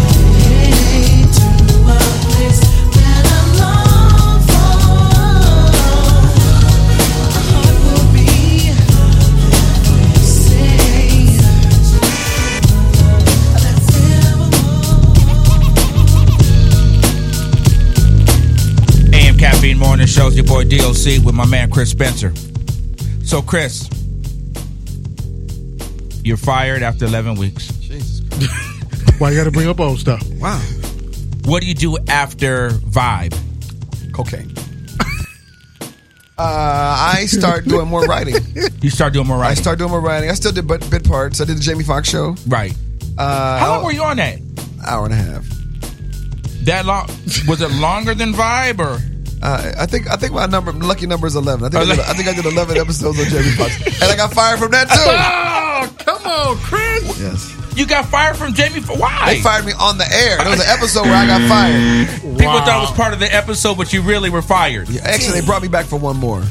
now. To a place that I long for, my heart will be safe.
AM Caffeine Morning Show's your boy DLC with my man Chris Spencer. So, Chris, you're fired after 11 weeks. Jesus
Why you got to bring up old stuff?
Wow. What do you do after Vibe? Cocaine.
[laughs] Uh, I start doing more writing.
You start doing more
I
writing.
start doing more writing. I still did bit, bit parts. I did the Jamie Foxx show.
Right.
Uh,
How long were you on that?
Hour and a half.
That long was it longer than Vibe or?
Uh, I think I think my number lucky number is eleven. I think I did, I think I did [laughs] eleven episodes on Jamie Foxx, and I got fired from that too.
Oh, come on, Chris.
yes.
You got fired from Jamie for why?
They fired me on the air. There was an episode where I got fired.
People thought it was part of the episode, but you really were fired.
Actually, they brought me back for one more.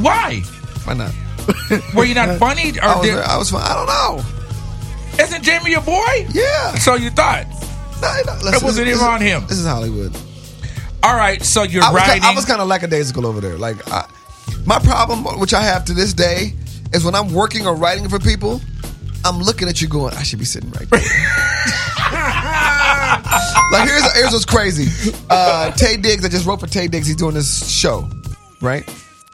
Why?
Why not?
Were
[laughs]
you not funny? Or
I was,
did-
I was fun. I don't know.
Isn't Jamie your boy?
Yeah.
So you thought?
Listen,
it wasn't
this is-
even on him.
This is Hollywood.
All right, so you're
I was,
writing.
I was kind of lackadaisical over there. Like, I, my problem, which I have to this day, is when I'm working or writing for people, I'm looking at you going, I should be sitting right there. [laughs] like, here's, here's what's crazy. Uh, Tay Diggs, I just wrote for Tay Diggs. He's doing this show, right?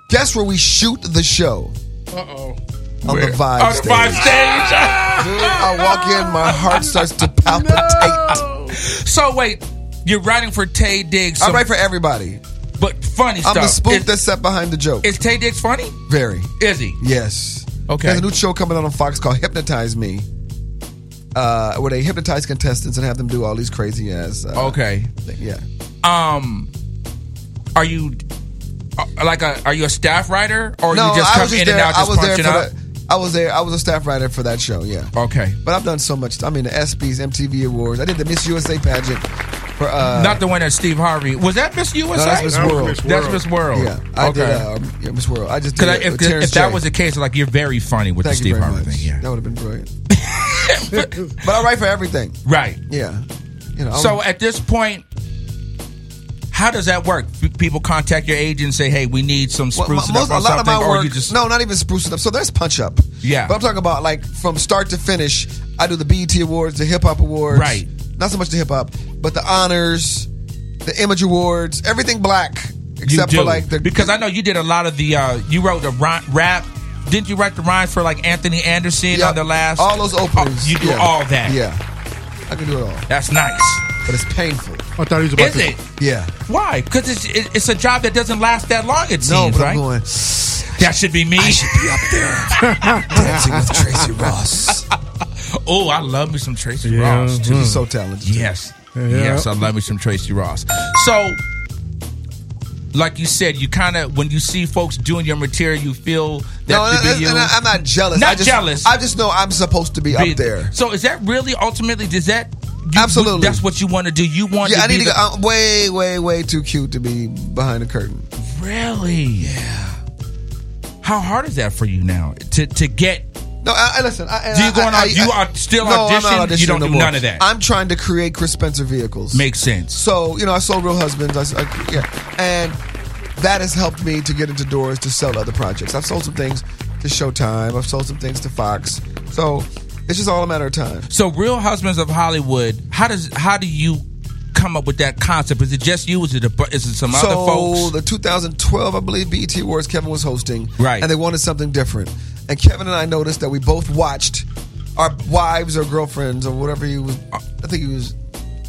Guess where we shoot the show?
Uh oh.
On the vibe
On the
stage.
Vibe stage.
Dude, I walk in, my heart starts to palpitate.
so wait, you're writing for Tay Diggs.
I
so-
write for everybody.
but funny
I'm
stuff.
the spook
is,
that's set behind the joke.
is Tay Diggs funny?
Very.
Is he?
Yes.
Okay.
There's a new show coming out on Fox called Hypnotize Me, uh, where they hypnotize contestants and have them do all these crazy ass. Uh,
Okay.
thi- Yeah.
Um, are you uh, like a? Are you a staff writer, or
no,
you just
I
come
was just
in
there.
and out
I
just
was there for
punching up?
the. I was there. I was a staff writer for that show. Yeah.
Okay.
But I've done so much. I mean, the ESPYS, MTV Awards. I did the Miss USA pageant. For, uh,
Not the one that Steve Harvey was that Miss
No,
USA.
that's Miss World.
That's Miss World.
Yeah, I did.
Okay.
Uh, yeah, Miss World. I just did.
Could I,
it
if
with Terrence
if that
J.
was the case, like you're very funny with
Thank
the Steve
you very
Harvey
much.
thing. Yeah.
That would have been brilliant. [laughs]
[laughs]
but I write for everything.
Right.
Yeah. You know, I
so
would-
at this point, how does that work? P- People contact your agent and say, "Hey, we need some
Well,
sprucing
most-
up on
a lot of
something,"
my
or
work.
you just
no, not even sprucing up. So there's punch up.
Yeah.
But I'm talking about like from start to finish. I do the BET Awards, the Hip Hop Awards.
Right.
Not so much the hip hop, but the honors, the Image Awards, everything black except
you do.
for like the
because I know you did a lot of the uh, you wrote the rhy- rap. Didn't you write the rhymes for like Anthony Anderson on the last? Oh,
all those openings.
you do
Yeah.
all that.
Yeah. I can do it all.
That's nice,
but it's painful.
I thought he was about
Is
to.
it?
Yeah.
Why? Because it's it- it's a job that doesn't last that long. It
No,
seems
but I'm
right.
going,
that should be me. I should be up there [laughs] dancing with Tracy Ross. oh, I love me some Tracy
Yeah.
Ross. Too.
She's so talented.
Yes,
Yeah.
yes, I love me some Tracy Ross. So, like you said, you kind of when you see folks doing your material, you feel that
No,
to
no,
be
that's-
you.
and I- I'm not jealous.
Not
I just,
jealous.
I just know I'm supposed to be, up there.
So is that really ultimately? Does that you-
Absolutely.
That's what you want to do. You want
Yeah,
to
I
be
need to.
the-
Go, I'm way, way, way too cute to be behind the curtain.
Really? Yeah. How hard is that for you now to to get?
No, I, I listen. I,
Do you go
I,
on-
I,
you
I-
are still
no, I'm not
auditioning? You don't
no
do
more.
none of that.
I'm trying to create Chris Spencer vehicles.
Makes sense.
So you know, I sold Real Husbands. I, s- I- yeah, and that has helped me to get into doors to sell other projects. I've sold some things to Showtime. I've sold some things to Fox. So it's just all a matter of time.
So, Real Husbands of Hollywood. How does how do you come up with that concept? Is it just you? Is it a, bu- is it some
so
other folks?
the 2012, I believe, BET Awards, Kevin was hosting,
Right.
And they wanted something different. And Kevin and I noticed that we both watched our wives or girlfriends or whatever he was. I think he was.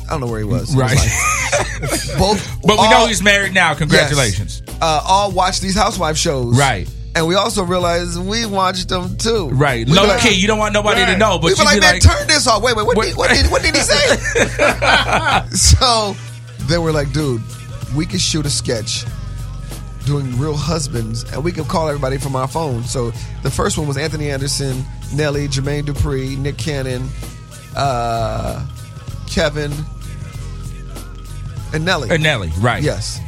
I don't know where he was. He was
Right.
like- [laughs] both,
[laughs] But we know
all-
he's married now. Congratulations.
Yes. uh, all watched these housewife shows,
Right.
And we also realized we watched them too,
Right.
We
Low
were like-
key, you don't want nobody to know, but
we
you
were like,
be
man,
like-
turn this off. Wait, wait, what, did, what, did, what did he say? so they were like, dude, we could shoot a sketch doing real husbands, and we could call everybody from our phone. So the first one was Anthony Anderson, Nelly, Jermaine Dupree, Nick Cannon, uh, Kevin, and Nelly.
And Nelly, right.
Yes.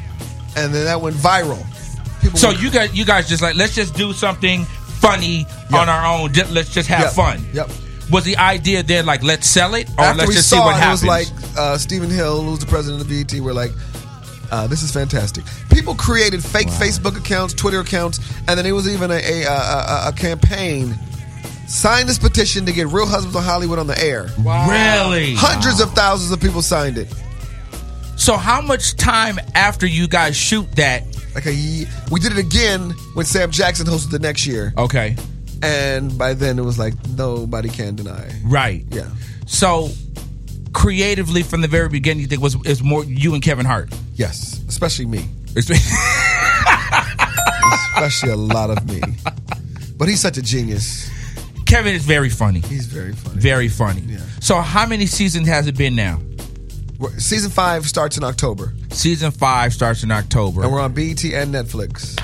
And then that went viral. People
So
were-
you guys, you guys just like let's just do something funny on our own. Ju- Let's just have
Yep.
fun.
Yep.
Was the idea there like let's sell it or
After
let's
we
just
saw
see what
it,
happens?
it was like uh, Stephen Hill, who's the president of BET, were like, uh, "This is fantastic." People created fake Facebook accounts, Twitter accounts, and then it was even a a, a, a, a campaign. Sign this petition to get Real Husbands of Hollywood on the air.
Wow. Really?
Hundreds of thousands of people signed it.
so how much time after you guys shoot that?
Like a ye- we did it again when Sam Jackson hosted the next year.
Okay.
And by then it was like nobody can deny.
Right.
Yeah.
So creatively from the very beginning, you think was is more you and Kevin Hart.
Yes, especially me.
It's-
Especially a lot of me. But he's such a genius.
[laughs] Kevin is very funny.
He's very funny.
Very funny. So how many seasons has it been now?
We're- Season five starts in October,
Season five starts in October.
and we're on BET and Netflix.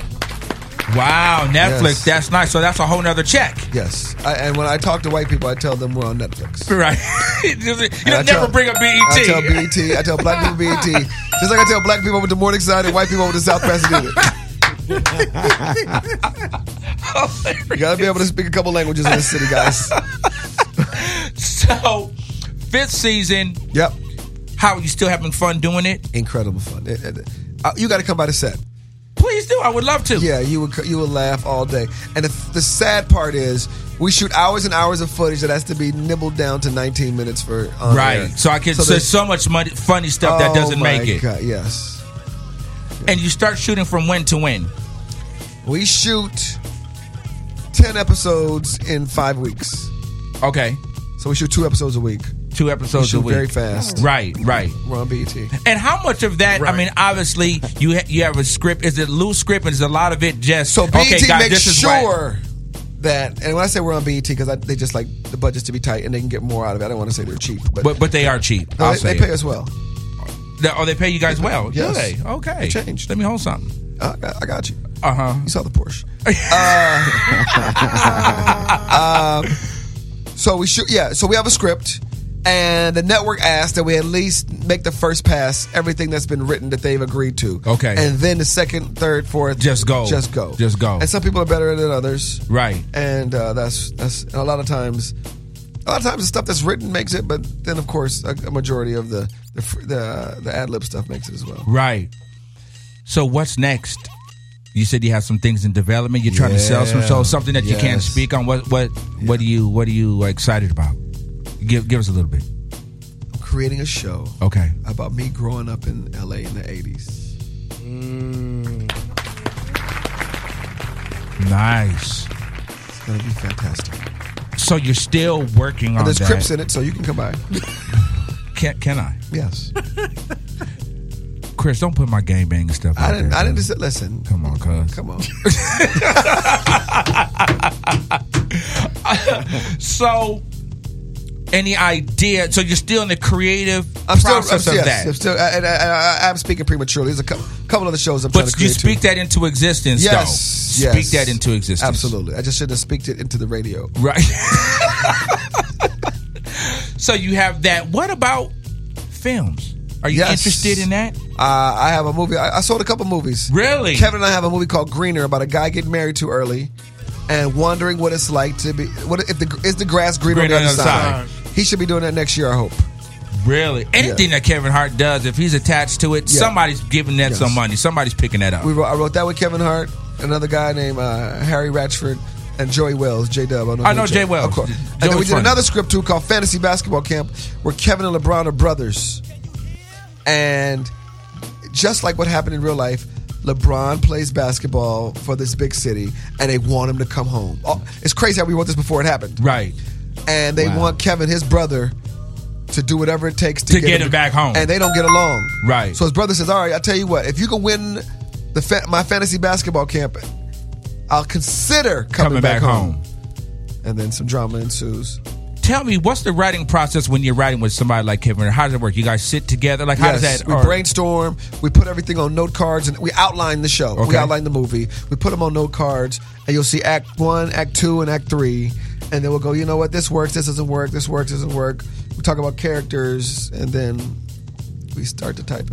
Wow, Netflix.
Yes.
That's nice. So that's a whole nother check.
Yes, I, and when I talk to white people, I tell them we're on Netflix.
[laughs] Right. [laughs] you
And I
never
tell-
bring up E BET.
I tell E BET. I tell black people BET, just like I tell black people over the morning side and white people over the South Pasadena. you gotta be able to speak a couple languages in this city, guys.
[laughs] So, fifth season. [laughs]
Yep.
How are you still having fun doing it?
Incredible fun. It- it- uh, you got to come by the set.
Please do. I would love to.
Yeah, you would you would laugh all day. And the, the sad part is, we shoot hours and hours of footage that has to be nibbled down to 19 minutes for on
right.
air.
So I can. So,
there's-
there's so much money, funny stuff that
Oh
doesn't
my
make it.
God, yes.
And you start shooting from when to when.
We shoot 10 episodes in five weeks.
Okay.
So we shoot two episodes a week.
Two episodes
We shoot
a week.
very fast. E
Right. Right.
We're on BET.
And how much of that? I mean, obviously, you ha- you have a script. Is it loose script? And is a lot of it just
So BET
okay, guys,
makes
this is whack.
sure that, and when I say we're on BET, because they just like the budgets to be tight and they can get more out of it. I don't want to say they're cheap, but,
But but they are cheap.
No,
I'll
they,
say
they pay
it.
us well.
They- oh, they pay you guys well. Do
Yes.
they? Okay.
They changed.
Let me hold something.
I, I got you.
Uh huh.
You saw the Porsche. Uh, [laughs] um, so we should, yeah. So we have a script, and the network asked that we at least make the first pass everything that's been written that they've agreed to.
Okay.
and then the second, third, fourth,
Just go.
just go,
Just go.
And some people are better than others,
Right.
and uh, that's that's and a lot of times. A lot of times, the stuff that's written makes it, but then, of course, a, a majority of the the fr- the, uh, the ad lib stuff makes it as well.
Right. So what's next? You said you have some things in development. You're trying to sell some,
Yeah.
so something that you can't
Yes.
speak on. What what what are you what are you excited about? Give give us a little bit.
I'm creating a show.
Okay.
about me growing up in LA in the 80s.
Nice.
It's going to be fantastic.
So you're still working on
and there's
that.
Crips in it, so you can come by.
[laughs] Can can I?
Yes.
Chris, don't put my game banging stuff.
I
out
didn't,
there,
I didn't
man.
just listen.
Come on, cuz.
Come on.
so, any idea? So you're still in the creative
I'm still, I'm,
process of
yes,
that,
I'm still, I, I, I, am speaking prematurely. There's a couple, couple other shows I'm trying
but
to
you
create.
speak that into existence.
yes,
though.
yes.
speak that into existence.
Absolutely. I just should have speaked it into the radio.
Right. [laughs] So you have that. What about films? Are you
Yes.
interested in that?
Uh, I have a movie. I, I sold a couple movies.
Really?
Kevin and I have a movie called Greener about a guy getting married too early and wondering what it's like to be. What if the is the grass greener on the other side? He should be doing that next year. I hope.
Really? Anything that Kevin Hart does, if he's attached to it,
Yeah.
somebody's giving that some money. Somebody's picking that up.
We wrote, I wrote that with Kevin Hart, another guy named uh, Harry Ratchford, and Joey Wells, J Dub.
I know Jay Wells.
Of course.
J-
and then we
Joey's
did
funny.
another script too called Fantasy Basketball Camp, where Kevin and LeBron are brothers. And just like what happened in real life, LeBron plays basketball for this big city, and they want him to come home. Oh, it's crazy how we wrote this before it happened.
Right.
And they
Wow.
want Kevin, his brother, to do whatever it takes to,
To get him back home.
And they don't get along.
Right.
So his brother says, "All right, I tell you what. If you can win the fa- my fantasy basketball camp, I'll consider coming,
Coming back home.
And then some drama ensues.
Tell me, what's the writing process when you're writing with somebody like Kevin? How does it work? You guys sit together? Like, how does
Yes,
that?
We
or-
brainstorm. We put everything on note cards, and we outline the show. We
Okay.
outline the movie. We put them on note cards, and you'll see Act One, Act Two, and Act Three. And then we'll go. You know what? This works. This doesn't work. This works. Doesn't work. We talk about characters, and then we start to type.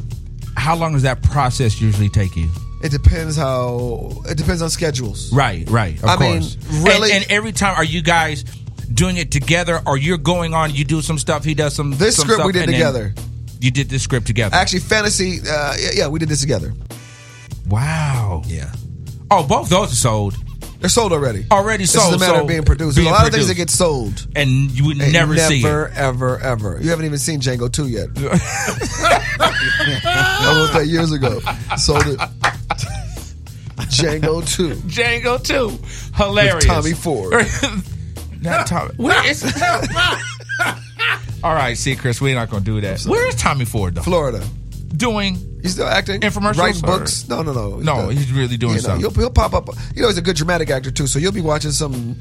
how long does that process usually take you?
It depends how. It depends on schedules.
Right, right. Of
I mean,
course.
really-
And, and every time, are you guys doing it together, or you're going on? You do some stuff. He does some.
This
some
script we
stuff,
did
and then
together.
You did this script together.
Actually, fantasy. Uh, yeah, yeah, we did this together.
Wow. Yeah. Oh, both those are sold.
They're sold already.
Already
This
sold.
is a matter
so
of being produced. There's
being
a lot of things that get
produced.
sold.
and you would
And you
never, see
Never,
it.
ever, ever. You haven't even seen Django 2
[laughs]
yet. [laughs] I wrote that years ago. Sold it. Django 2.
Django too. Hilarious.
With Tommy Ford.
[laughs] Not Tommy. Where is?
[laughs]
All right, see, Chris, we're not gonna do that. Where is Tommy Ford though?
Florida.
Doing
He's still acting.
Infomercials
Writing
or-
books. No, no, no.
No,
not.
he's really doing
You know,
something.
He'll, he'll pop up. You know, he's a good dramatic actor, too. So you'll be watching some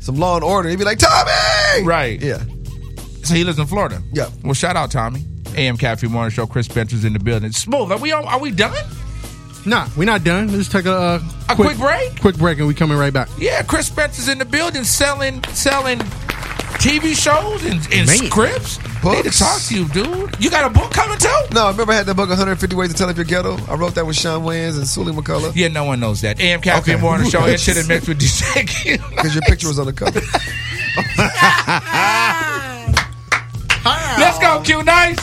some Law and Order. He'll be like, Tommy!
right.
Yeah.
So he lives in Florida.
Yeah.
Well, shout out Tommy. AM Cafe Morning Show. Chris Bencher's in the building. Smooth. Are we on, are we done?
Nah, we're not done. Let's take a, uh,
A quick break?
Quick break, and we coming right back.
Yeah, Chris Spencer's in the building selling selling TV shows and, and
Man.
scripts. Need to
Books.
talk to you, dude. You got a book coming too?
No, I remember I had that book, 150 Ways to Tell If You're Ghetto. I wrote that with Sean Wayans and Sully McCullough.
Yeah, no one knows that. AM Cafe
Okay.
Morning
[laughs]
Show. It should have mixed with DJ.
Because your picture was on the cover.
Let's go, Q Nice.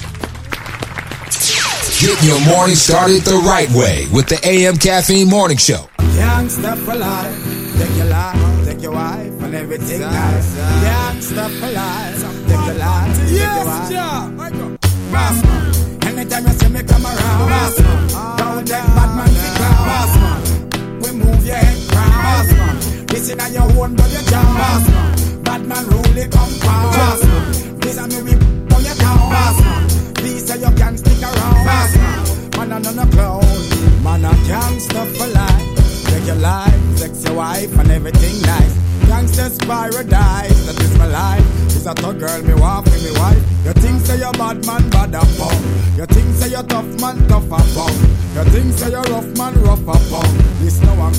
Get your morning started the right way with the AM Caffeine Morning Show.
Gangsta for life. Take your life, take your wife, and everything nice. Gangsta for life. Take your life, take your wife. Boss man, anytime you see me come around. Boss man, don't let bad man be clown. Boss man, we move your head crown. Boss man, this inna your own but you jam. Boss man, bad man rule it compound. Boss man, this a me rip on your town. Boss man, please say you can stick around. Boss man, man I no no clown. Man I can't stop for life. Take your life, sex your wife, and everything nice. Gangsters paradise, that is my life. It's a thug girl, me want for me wife. Your things say you you're bad man, bad a bum. You think say you're tough man, tough a bum. You think say you're rough man, rough a bum. This no one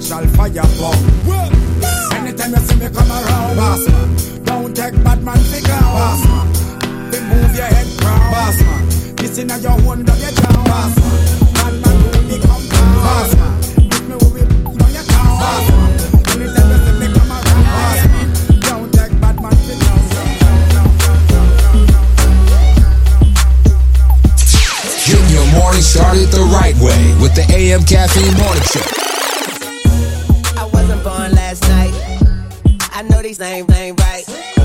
shall fire bum. Well, Anytime you see me come around, boss man. Don't take bad man for ground, boss man. Then move your head round, boss man. This inna your own dog your town, boss man. Bad man who me come down, boss man. Give me who me on your town, boss man. Anytime you see me come around, boss man. Don't take bad man for ground, ground, ground, ground, ground, ground, ground.
Getting your morning started the right way with the AM Caffeine Morning Show.
I wasn't born last night. I know these names ain't right.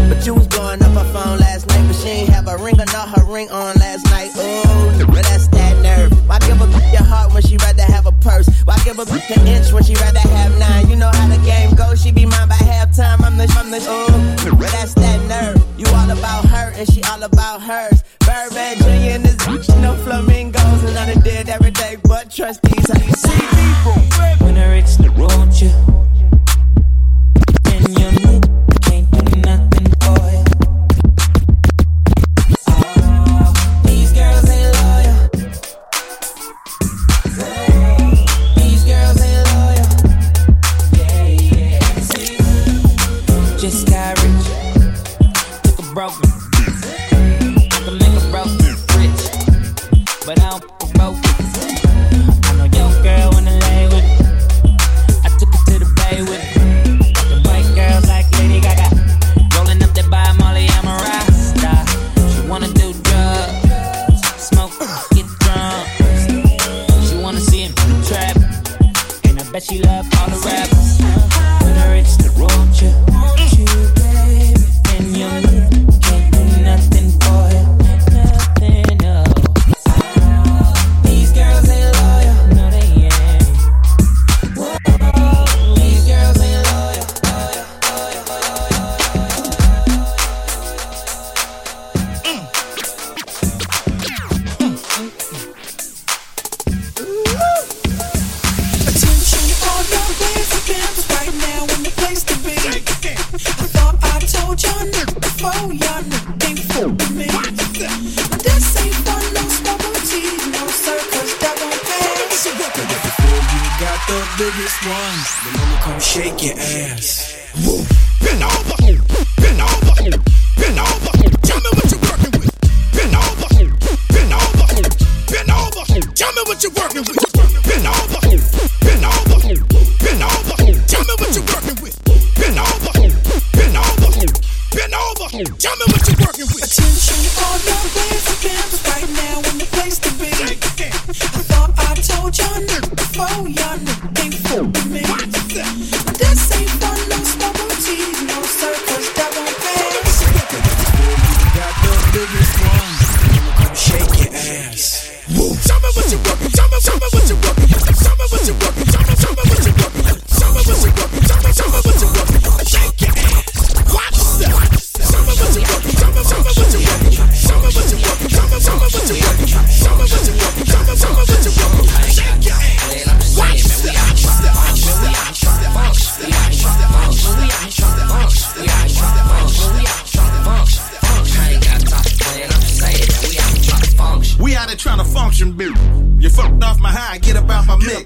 But you was blowing up her phone last night. But she ain't have a ring or not her ring on last night. Ooh, well, that's that nerve. Why give a bitch your heart when she rather have a purse? Why give a bitch an inch when she rather have nine? You know how the game goes. She be mine by halftime. I'm the, I'm the, ooh, well, that's that nerve. You all about her and she all about hers. Birdman Jr. and this bitch, no flamingos. And I done did every day, but trust these. How you see me? When I reach the room, you. Ah,
These girls ain't loyal. These girls ain't loyal.
Just got rich. Took a broke. Took a nigga broke. Rich. But I don't f- broke. I know your girl wanna lay with it. I took her to the bay with it. The white girls like Lady Gaga. Rolling up that by Molly, I'm a Rasta. She wanna do drugs. Smoke, get drunk. She wanna see him in the trap. And I bet she love all the rappers. When I reach the room, you. And you can't do nothing for her. Nothing, no.
These girls ain't loyal. No, they ain't. These girls ain't loyal.
Attention all your lazy campers right now in the place to be. I thought I told y'all n- before y'all n- ain't fool with me. But this ain't for no small boutique, no sir, 'cause that won't pass.
Before you got the biggest ones, then I'ma come shake your ass. Woo. Bend over, bend over, bend over. Tell me what you're working with. Bend over, bend over, bend over. Tell me what you're working with. Bend over, bend over, bend over. Tell me what you're working with. Bend over, bend over, bend over. Tell me what you're working with.
Attention all your lazy campers right now in the place to be. I thought I told y'all n- before y'all n- ain't fool with me. But this ain't for no small boutique, no sir, 'cause that won't pass.
Got the biggest ones. I'ma come shake your ass. Woo. Tell me what you working. Tell me, tell me what you working. Tell me what you working. Tell me, tell me what you working. Tell me what you working. Tell me, tell me what you working. Shake your ass. Watch that. Tell me what you working. Tell me, tell me what you working. Tell me what you working. Tell me, tell me what you working. Tell me what you working. Tell me, tell me what you working. Shake your ass. Watch that. Watch that. Watch that. Watch that. Watch
We out there trying to function, bitch. You fucked off my high, get up out my mix.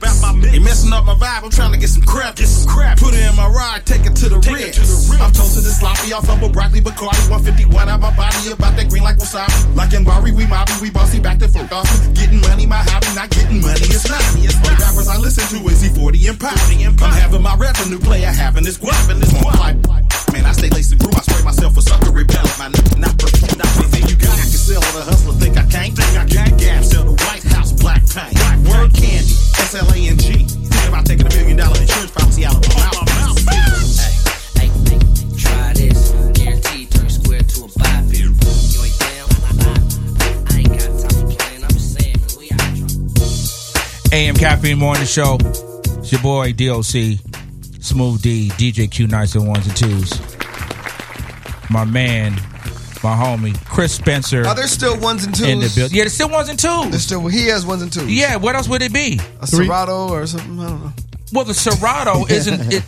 You messing up my vibe, I'm trying to get some crap. Get some crap. Put it in my ride, take it to the red. I'm toasting this sloppy off of a broccoli Bacardi 151 out my body, about that green like wasabi. Like in Bari, we mobby, we bossy back to fuck off. Getting money, my hobby, not getting money, it's not. All rappers I listen to is E40 and Pop. I'm having my revenue player having this guap and this one. Man, I stay laced and grew. I spray myself a sucker repellent. My nigga, not for not for thing you got. I can sell it. A hustler think I can't. Think I can't. Gab sell the White House black paint. Black word candy. S L A N G. Thinking about taking a billion dollar insurance policy out of my mouth.
Try this. Guaranteed turn square to a bop. You ain't down. I ain't got time for playing. I'm just saying, man, we out.
AM Caffeine Morning Show. It's your boy DOC, Smooth D, DJ Q Nights and Ones and Twos. My man, my homie, Chris Spencer.
Are there still ones and twos?
In the build- Yeah, there's still ones and twos.
There's still he has ones and twos.
Yeah, what else would it be?
A Serato or something? I don't know.
Well, the Serato isn't. It,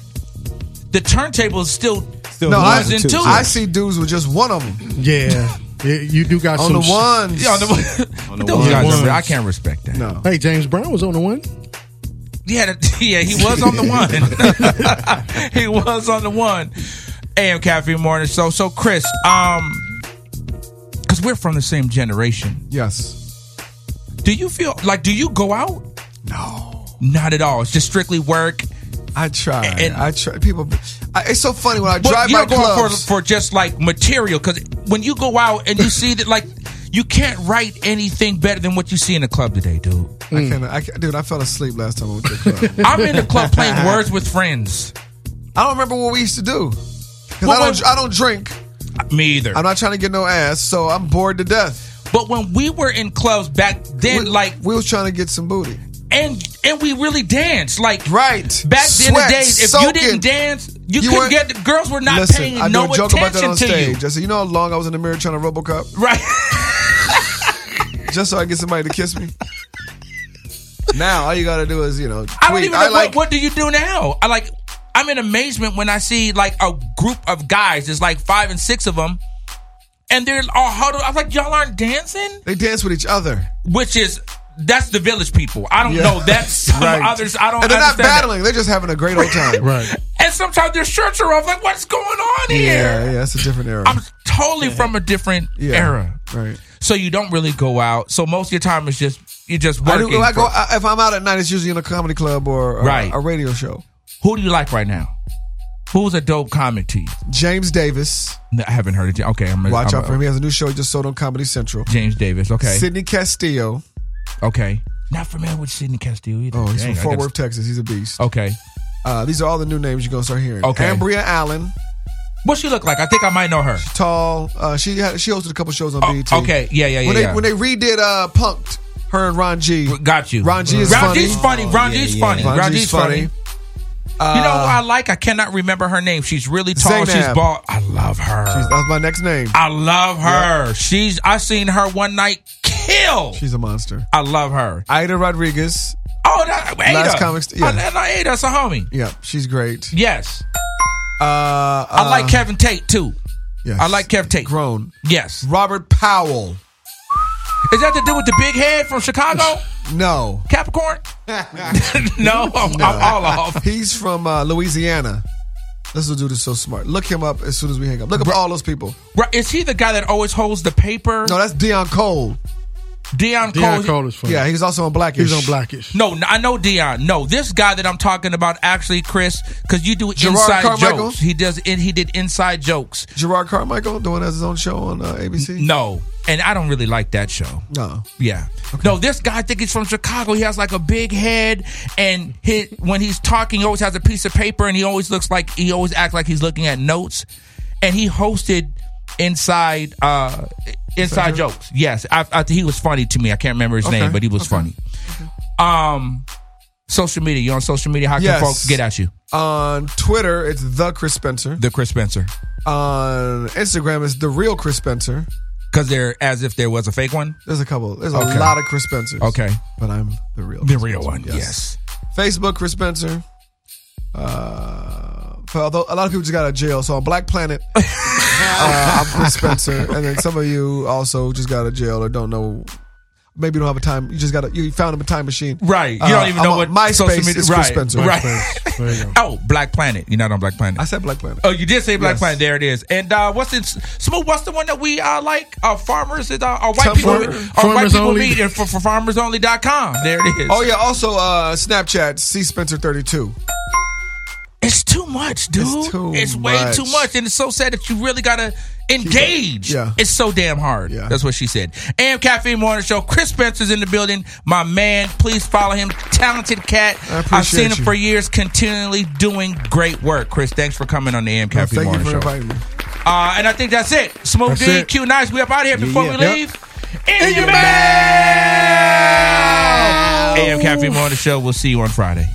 the turntable is still,
no, I,
ones and twos.
I see dudes with just one of them.
Yeah.
[laughs] Yeah, you do got
On
some
the
sh-
ones. Yeah, on the
[laughs] On the Those guys are- I can't respect that.
No.
Hey, James Brown was on the one.
Yeah, [laughs] yeah, he was on the one. [laughs] he was on the one. AM Caffeine Morning Show. So, Chris, um, because we're from the same generation.
Yes.
Do you feel like? Do you go out?
No,
not at all. It's just strictly work.
I try. I try. People, I, it's so funny when I
But
drive
you're
by
going
clubs.
for for just like material because when you go out and you see that like you can't write anything better than what you see in the club today, dude.
I can't, I can't, dude. I fell asleep last time I went to the
[laughs]
club.
I'm in the club
[laughs]
playing words with friends.
I don't remember what we used to do. 'Cause I don't, I don't drink.
Me either.
I'm not trying to get no ass, so I'm bored to death.
But when we were in clubs back then, like
we was trying to get some booty,
and and we really danced. Like
right
back then, the
Sweat,
days if you
soaking.
didn't dance,
You
you, couldn't
weren't-
get the girls were not
Listen,
paying
I do
no
a joke about that
attention
on
to you.
stage. I said, you know how long I was in the mirror trying to RoboCop?
[laughs] Right.
Just so I get somebody to kiss me. Now all you gotta do is you know. Tweet.
I don't even know what-
like.
what, do you do now. I like I'm in amazement when I see like a group of guys. There's like five and six of them, and they're all huddled. I'm like, y'all aren't dancing.
They dance with each other,
which is that's the village people. I don't
Yeah.
know.
[laughs]
That's some
Right.
others. I don't.
And they're not
understand that.
battling. They're just having a great old
[laughs]
time.
right.
And sometimes their shirts are off. Like, what's going on here?
Yeah, yeah, that's a different era.
I'm totally from a different
Yeah,
era.
Right.
So you don't really go out. So most of your time is just you're just
I
working.
do, I go,
for-
I, if I'm out at night, it's usually in a comedy club or a,
Right.
a radio show.
Who do you like right now? Who's a dope comic to you?
James Davis.
No, I haven't heard it. yet. Okay, I'm gonna-
Watch
I'm
out for him. He has a new show he just sold on Comedy Central.
James Davis. Okay.
Sidney Castillo.
Okay. Not familiar with Sidney Castillo either.
Oh, he's
Dang,
from
I
Fort
gotta-
Worth, Texas. He's a beast.
Okay.
Uh, these are all the new names you're gonna start hearing.
Okay.
Ambria Allen,
What she look like? I think I might know her.
tall. Uh, she had, she hosted a couple shows on BT.
Oh, okay. Yeah, yeah, yeah,
When they,
yeah.
when they redid uh, Punked, her and Ron G.
Got you.
Ron G is
Ron
funny. Oh,
G's funny. Ron G's funny.
Ron
Ron
G's
G's funny. you
Uh,
know who I like? I cannot remember her name. She's really tall. She's
Zaynab.
bald. I love her.
She's- that's my next name.
I love her. She's. I seen her one night kill.
She's a monster.
I love her.
Ida Rodriguez.
Oh, that, Ada.
Last comic st- yeah.
I, I, Ada, that's a homie.
Yeah, she's great.
Yes.
Uh,
I like Kevin Tate too.
Yes.
I like Kev Tate.
Grown.
Yes.
Robert Powell.
Is that to do with the big head
[laughs]
from Chicago?
No. [laughs]
Capricorn? [laughs] no, I'm, I'm all off.
He's from uh, Louisiana. This little dude is so smart. Look him up as soon as we hang up. Look up all those people.
Bru- Is he the guy that always holds the paper?
No, that's Dion Cole.
Dion Cole.
Deion Cole is funny.
Yeah, he was also on Blackish.
He's on Blackish.
No, n- I know Dion. No, this guy that I'm talking about actually, Chris, because you do
Gerard
inside
Carmichael?
jokes. He does. in- He did inside jokes.
Gerard Carmichael doing his own show on uh, ABC.
No, and I don't really like that show.
No.
Yeah. No, this guy I think he's from Chicago. He has like a big head, and his, when he's talking, he always has a piece of paper, and he always looks like he always acts like he's looking at notes. And he hosted inside uh inside jokes. Yes, I, I, he was funny to me. I can't remember his
Okay.
name, but he was
Okay.
funny. Um, social media. You on social media? How can
Yes.
folks get at you?
On Twitter, it's the Chris Spencer.
The Chris Spencer,
On Instagram, it's the real Chris Spencer.
because they're as if there was a fake one.
There's a couple. There's a
Okay.
lot of Chris Spencers.
Okay,
but I'm the real.
the real one. Yes.
Facebook Chris Spencer. Uh, for although a lot of people just got out of jail, so on Black
[laughs]
Planet, uh, I'm Chris Spencer, and then some of you also just got out of jail or don't know. Maybe you don't have a time. You just got a, you found a time machine, Uh,
Right. You don't even know
I'm
what
on MySpace
social media-
is
right,
Chris Spencer.
right.
There you go.
Oh, Black Planet. You're not on Black Planet.
I said Black Planet.
Oh, you did say Black
Yes.
Planet. There it is. And uh, what's the smooth? What's the one that we uh, like? Uh, farmers is uh, uh, white
Tell
people.
Farmer-
uh, white
Farmers
people
Only.
meet and for, for farmersonly.com. There it is.
Oh yeah. Also, uh, Snapchat C Spencer thirty two.
it's too much, dude.
It's too
way
much.
too much, and it's so sad that you really gotta engage.
Yeah.
it's so damn hard.
Yeah.
that's what she said. Am Caffeine Morning Show. Chris Spencer's in the building. My man, please follow him. Talented cat.
I appreciate
have seen him
you.
for years, continually doing great work. Chris, thanks for coming on the Am
Thank you
Caffeine Morning
for
Show.
inviting me.
Uh, and I think that's it. Smooth
That's
D,
it.
Q Nice. We up out of here before
yeah.
we
Yep.
leave. In, your mouth. AM Caffeine Morning Show. We'll see you on Friday.